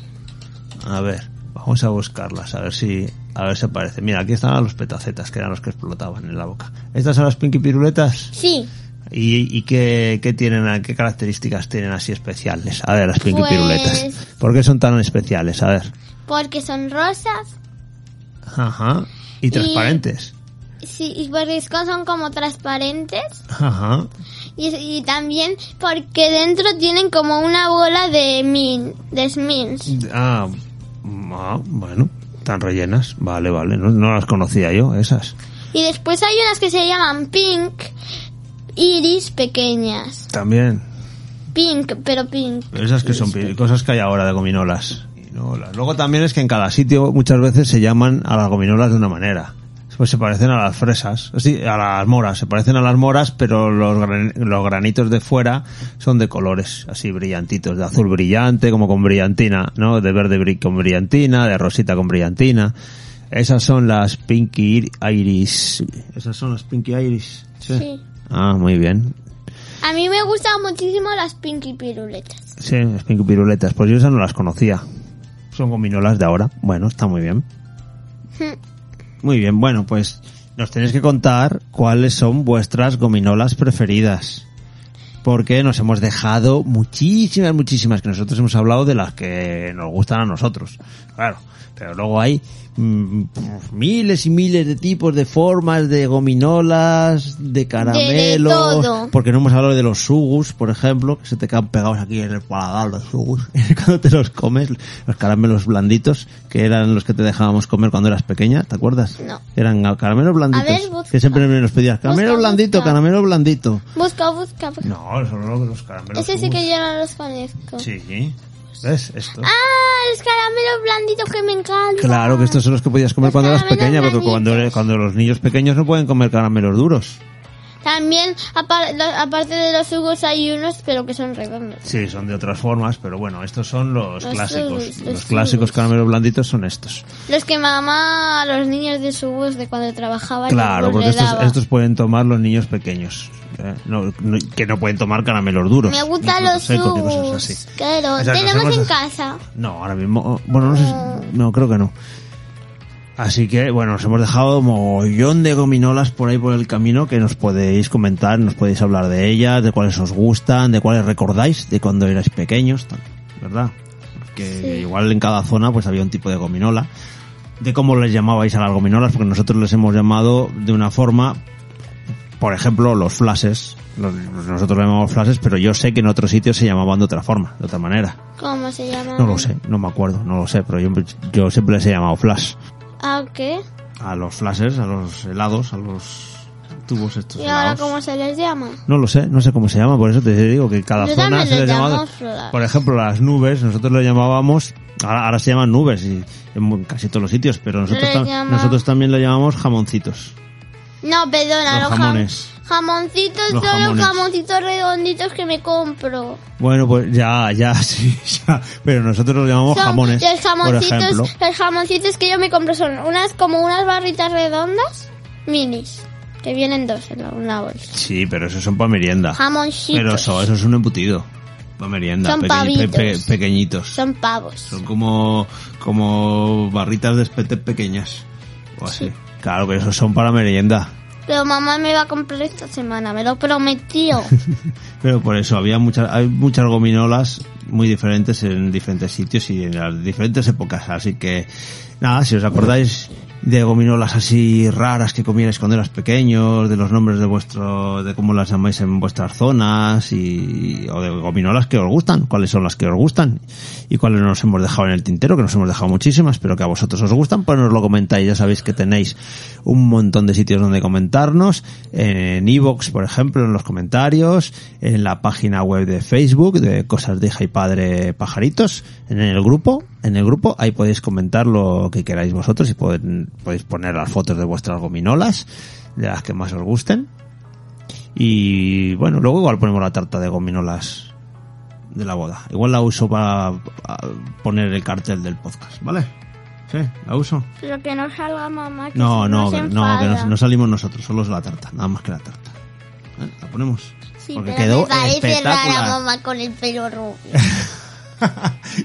[SPEAKER 3] A ver, vamos a buscarlas, a ver si, a ver si aparece. Mira, aquí estaban los petacetas, que eran los que explotaban en la boca. ¿Estas son las pinky piruletas?
[SPEAKER 2] Sí.
[SPEAKER 3] ¿Y, y qué, qué tienen, qué características tienen así especiales? A ver, las pinky
[SPEAKER 2] Pues-
[SPEAKER 3] piruletas. ¿Por qué son tan especiales? A ver.
[SPEAKER 2] Porque son rosas.
[SPEAKER 3] Ajá. Y transparentes.
[SPEAKER 2] Sí, y porque son como transparentes.
[SPEAKER 3] Ajá.
[SPEAKER 2] Y, y también porque dentro tienen como una bola de min, de smins.
[SPEAKER 3] Ah, ah, bueno, tan rellenas. Vale, vale. No, no las conocía yo, esas.
[SPEAKER 2] Y después hay unas que se llaman pink, iris pequeñas.
[SPEAKER 3] También.
[SPEAKER 2] Pink, pero pink.
[SPEAKER 3] Pero esas que son pi- cosas que hay ahora de gominolas. Gominolas. Luego también es que en cada sitio muchas veces se llaman a las gominolas de una manera. Pues se parecen a las fresas, sí, a las moras, se parecen a las moras, pero los, gran- los granitos de fuera son de colores así brillantitos, de azul brillante, como con brillantina, ¿no? De verde bri- con brillantina, de rosita con brillantina. Esas son las Pinky Ir- Iris. Esas son las Pinky Iris.
[SPEAKER 2] Sí.
[SPEAKER 3] Ah, muy bien.
[SPEAKER 2] A mí me gustan muchísimo las pinky piruletas.
[SPEAKER 3] Sí, las pinky piruletas. Pues yo esas no las conocía. Son gominolas de ahora. Bueno, está muy bien. Hmm. Muy bien, bueno, pues nos tenéis que contar cuáles son vuestras gominolas preferidas. Porque nos hemos dejado muchísimas, muchísimas, que nosotros hemos hablado de las que nos gustan a nosotros. Claro, pero luego hay mm, miles y miles de tipos, de formas, de gominolas, de caramelos.
[SPEAKER 2] todo.
[SPEAKER 3] Porque no hemos hablado de los sugus, por ejemplo, que se te quedan pegados aquí en el paladar los sugus. cuando te los comes, los caramelos blanditos, que eran los que te dejábamos comer cuando eras pequeña, ¿te acuerdas?
[SPEAKER 2] No.
[SPEAKER 3] Eran caramelos blanditos.
[SPEAKER 2] ver, busca.
[SPEAKER 3] que siempre me los pedías. Caramelo
[SPEAKER 2] Busca,
[SPEAKER 3] blandito,
[SPEAKER 2] busca.
[SPEAKER 3] caramelo blandito.
[SPEAKER 2] Busca, busca. busca.
[SPEAKER 3] No, son los, los caramelos.
[SPEAKER 2] Ese sí
[SPEAKER 3] sugus.
[SPEAKER 2] que yo no los conozco.
[SPEAKER 3] Sí. ¿Ves? Esto.
[SPEAKER 2] Ah, los caramelos blanditos que me encantan.
[SPEAKER 3] Claro que estos son los que podías comer
[SPEAKER 2] Los
[SPEAKER 3] cuando eras
[SPEAKER 2] caramelos
[SPEAKER 3] pequeña, porque
[SPEAKER 2] blanditos.
[SPEAKER 3] cuando, eres- cuando los niños pequeños no pueden comer caramelos duros.
[SPEAKER 2] También, apar- lo- aparte de los jugos, hay unos, pero que son redondos.
[SPEAKER 3] Sí, son de otras formas, pero bueno, estos son los,
[SPEAKER 2] Los
[SPEAKER 3] clásicos.
[SPEAKER 2] sugus,
[SPEAKER 3] los
[SPEAKER 2] los
[SPEAKER 3] clásicos
[SPEAKER 2] sugus.
[SPEAKER 3] caramelos blanditos son estos.
[SPEAKER 2] Los que mamá a los niños de su bus de cuando trabajaba.
[SPEAKER 3] Claro,
[SPEAKER 2] les
[SPEAKER 3] porque estos,
[SPEAKER 2] pues daba.
[SPEAKER 3] estos pueden tomar los niños pequeños, ¿eh? No- no- que no pueden tomar caramelos duros.
[SPEAKER 2] Me gustan
[SPEAKER 3] ni frutos
[SPEAKER 2] los
[SPEAKER 3] secos, ni cosas
[SPEAKER 2] subos.
[SPEAKER 3] así.
[SPEAKER 2] Claro,
[SPEAKER 3] O sea, nos
[SPEAKER 2] tenemos
[SPEAKER 3] hemos-
[SPEAKER 2] en casa.
[SPEAKER 3] No, ahora mismo, bueno, no sé, si- no, creo que no. Así que, bueno, nos hemos dejado mogollón de gominolas por ahí por el camino que nos podéis comentar, nos podéis hablar de ellas, de cuáles os gustan, de cuáles recordáis de cuando erais pequeños, tal, ¿verdad? Porque igual en cada zona pues había un tipo de gominola. De cómo les llamabais a las gominolas, porque nosotros les hemos llamado de una forma, por ejemplo, los flashes. Los- Nosotros les llamamos flashes, pero yo sé que en otros sitios se llamaban de otra forma, de otra manera.
[SPEAKER 2] ¿Cómo se llama?
[SPEAKER 3] No lo sé, no me acuerdo, no lo sé, pero yo, yo siempre les he llamado Flash.
[SPEAKER 2] ¿A Ah, qué?
[SPEAKER 3] a los flashers, a los helados, a los tubos estos
[SPEAKER 2] ¿Y ahora
[SPEAKER 3] helados.
[SPEAKER 2] cómo se les llama?
[SPEAKER 3] No lo sé, no sé cómo se llama, por eso te digo que cada
[SPEAKER 2] Yo
[SPEAKER 3] zona
[SPEAKER 2] también
[SPEAKER 3] se
[SPEAKER 2] le
[SPEAKER 3] le llamaba.
[SPEAKER 2] llamo flor.
[SPEAKER 3] Por ejemplo, las nubes, nosotros lo llamábamos, ahora, ahora se llaman nubes y en mu- casi todos los sitios, pero nosotros,
[SPEAKER 2] Le
[SPEAKER 3] tam-
[SPEAKER 2] llama-
[SPEAKER 3] nosotros también lo llamamos jamoncitos.
[SPEAKER 2] No, perdona,
[SPEAKER 3] Los
[SPEAKER 2] los, jam-
[SPEAKER 3] jamones.
[SPEAKER 2] jamoncitos
[SPEAKER 3] Los
[SPEAKER 2] son
[SPEAKER 3] jamones.
[SPEAKER 2] los jamoncitos redonditos que me compro.
[SPEAKER 3] Bueno, pues ya, ya, sí, ya. Pero nosotros lo llamamos
[SPEAKER 2] Son
[SPEAKER 3] jamones,
[SPEAKER 2] los
[SPEAKER 3] por
[SPEAKER 2] jamoncitos,
[SPEAKER 3] ejemplo.
[SPEAKER 2] los jamoncitos que yo me compro son unas como unas barritas redondas minis, que vienen dos en la- una bolsa.
[SPEAKER 3] Sí, pero esos son para merienda.
[SPEAKER 2] Jamoncitos.
[SPEAKER 3] Pero eso, Ah, eso es un embutido. Para merienda,
[SPEAKER 2] Son
[SPEAKER 3] pequeñi- pe- pe-
[SPEAKER 2] pavitos.
[SPEAKER 3] pequeñitos.
[SPEAKER 2] Son pavos.
[SPEAKER 3] Son como, como barritas de espete pequeñas. O así.
[SPEAKER 2] Sí.
[SPEAKER 3] Claro que esos son para merienda.
[SPEAKER 2] Pero mamá me va a comprar esta semana, me lo prometió.
[SPEAKER 3] Pero por eso había muchas, hay muchas gominolas muy diferentes en diferentes sitios y en las diferentes épocas. Así que, nada, si os acordáis de gominolas así raras que comierais cuando eras pequeños, de los nombres de vuestro, de cómo las llamáis en vuestras zonas y, o de gominolas que os gustan, cuáles son las que os gustan y cuáles nos hemos dejado en el tintero, que nos hemos dejado muchísimas, pero que a vosotros os gustan, pues nos lo comentáis. Ya sabéis que tenéis un montón de sitios donde comentarnos, en iVoox, por ejemplo, en los comentarios, en la página web de Facebook, de Cosas de Hija y Padre Pajaritos, en el grupo, en el grupo, ahí podéis comentar lo que queráis vosotros y poden- podéis poner las fotos de vuestras gominolas, de las que más os gusten. Y bueno, luego igual ponemos la tarta de gominolas de la boda. Igual la uso para a, poner el cartel del podcast, ¿vale? Sí, la uso.
[SPEAKER 2] Pero que no salga mamá. Que
[SPEAKER 3] No,
[SPEAKER 2] se-
[SPEAKER 3] no,
[SPEAKER 2] se
[SPEAKER 3] que- no, que
[SPEAKER 2] enfada.
[SPEAKER 3] no, no salimos nosotros, solo es la tarta, nada más que la tarta. Bueno, La ponemos.
[SPEAKER 2] Sí,
[SPEAKER 3] Porque
[SPEAKER 2] pero
[SPEAKER 3] quedó
[SPEAKER 2] me parece rara
[SPEAKER 3] espectacular.
[SPEAKER 2] mamá con el pelo rubio.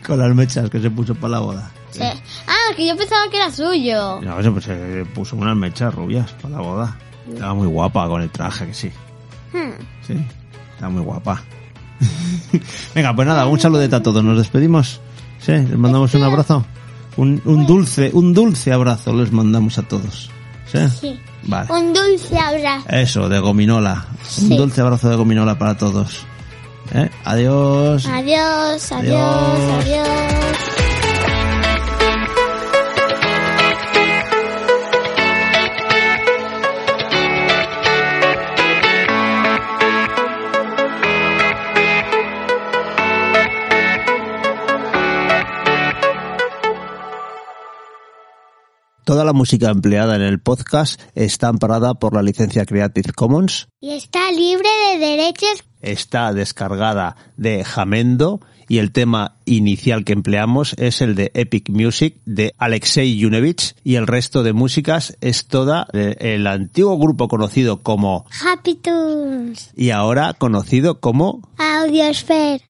[SPEAKER 3] Con las mechas que se puso para la boda.
[SPEAKER 2] Sí. Ah, que yo pensaba que era suyo.
[SPEAKER 3] No, se, pues, se puso unas mechas rubias para la boda. Estaba muy guapa con el traje, que sí.
[SPEAKER 2] Hmm.
[SPEAKER 3] Sí, estaba muy guapa. Venga, pues nada, un saludete a todos, nos despedimos. Sí, les mandamos un abrazo. Un, un dulce, un dulce abrazo les mandamos a todos. Sí.
[SPEAKER 2] Sí.
[SPEAKER 3] Vale.
[SPEAKER 2] Un dulce abrazo.
[SPEAKER 3] Eso, de gominola. Un
[SPEAKER 2] Sí.
[SPEAKER 3] dulce abrazo de gominola para todos. ¿Eh? Adiós. Adiós.
[SPEAKER 2] Adiós, adiós. adiós.
[SPEAKER 3] Toda la música empleada en el podcast está amparada por la licencia Creative Commons,
[SPEAKER 2] Y está libre de derechos.
[SPEAKER 3] está descargada de Jamendo y el tema inicial que empleamos es el de Epic Music de Alexei Yunevich y el resto de músicas es toda del antiguo grupo conocido como
[SPEAKER 2] Happy Tunes.
[SPEAKER 3] y ahora conocido como
[SPEAKER 2] Audiosphere.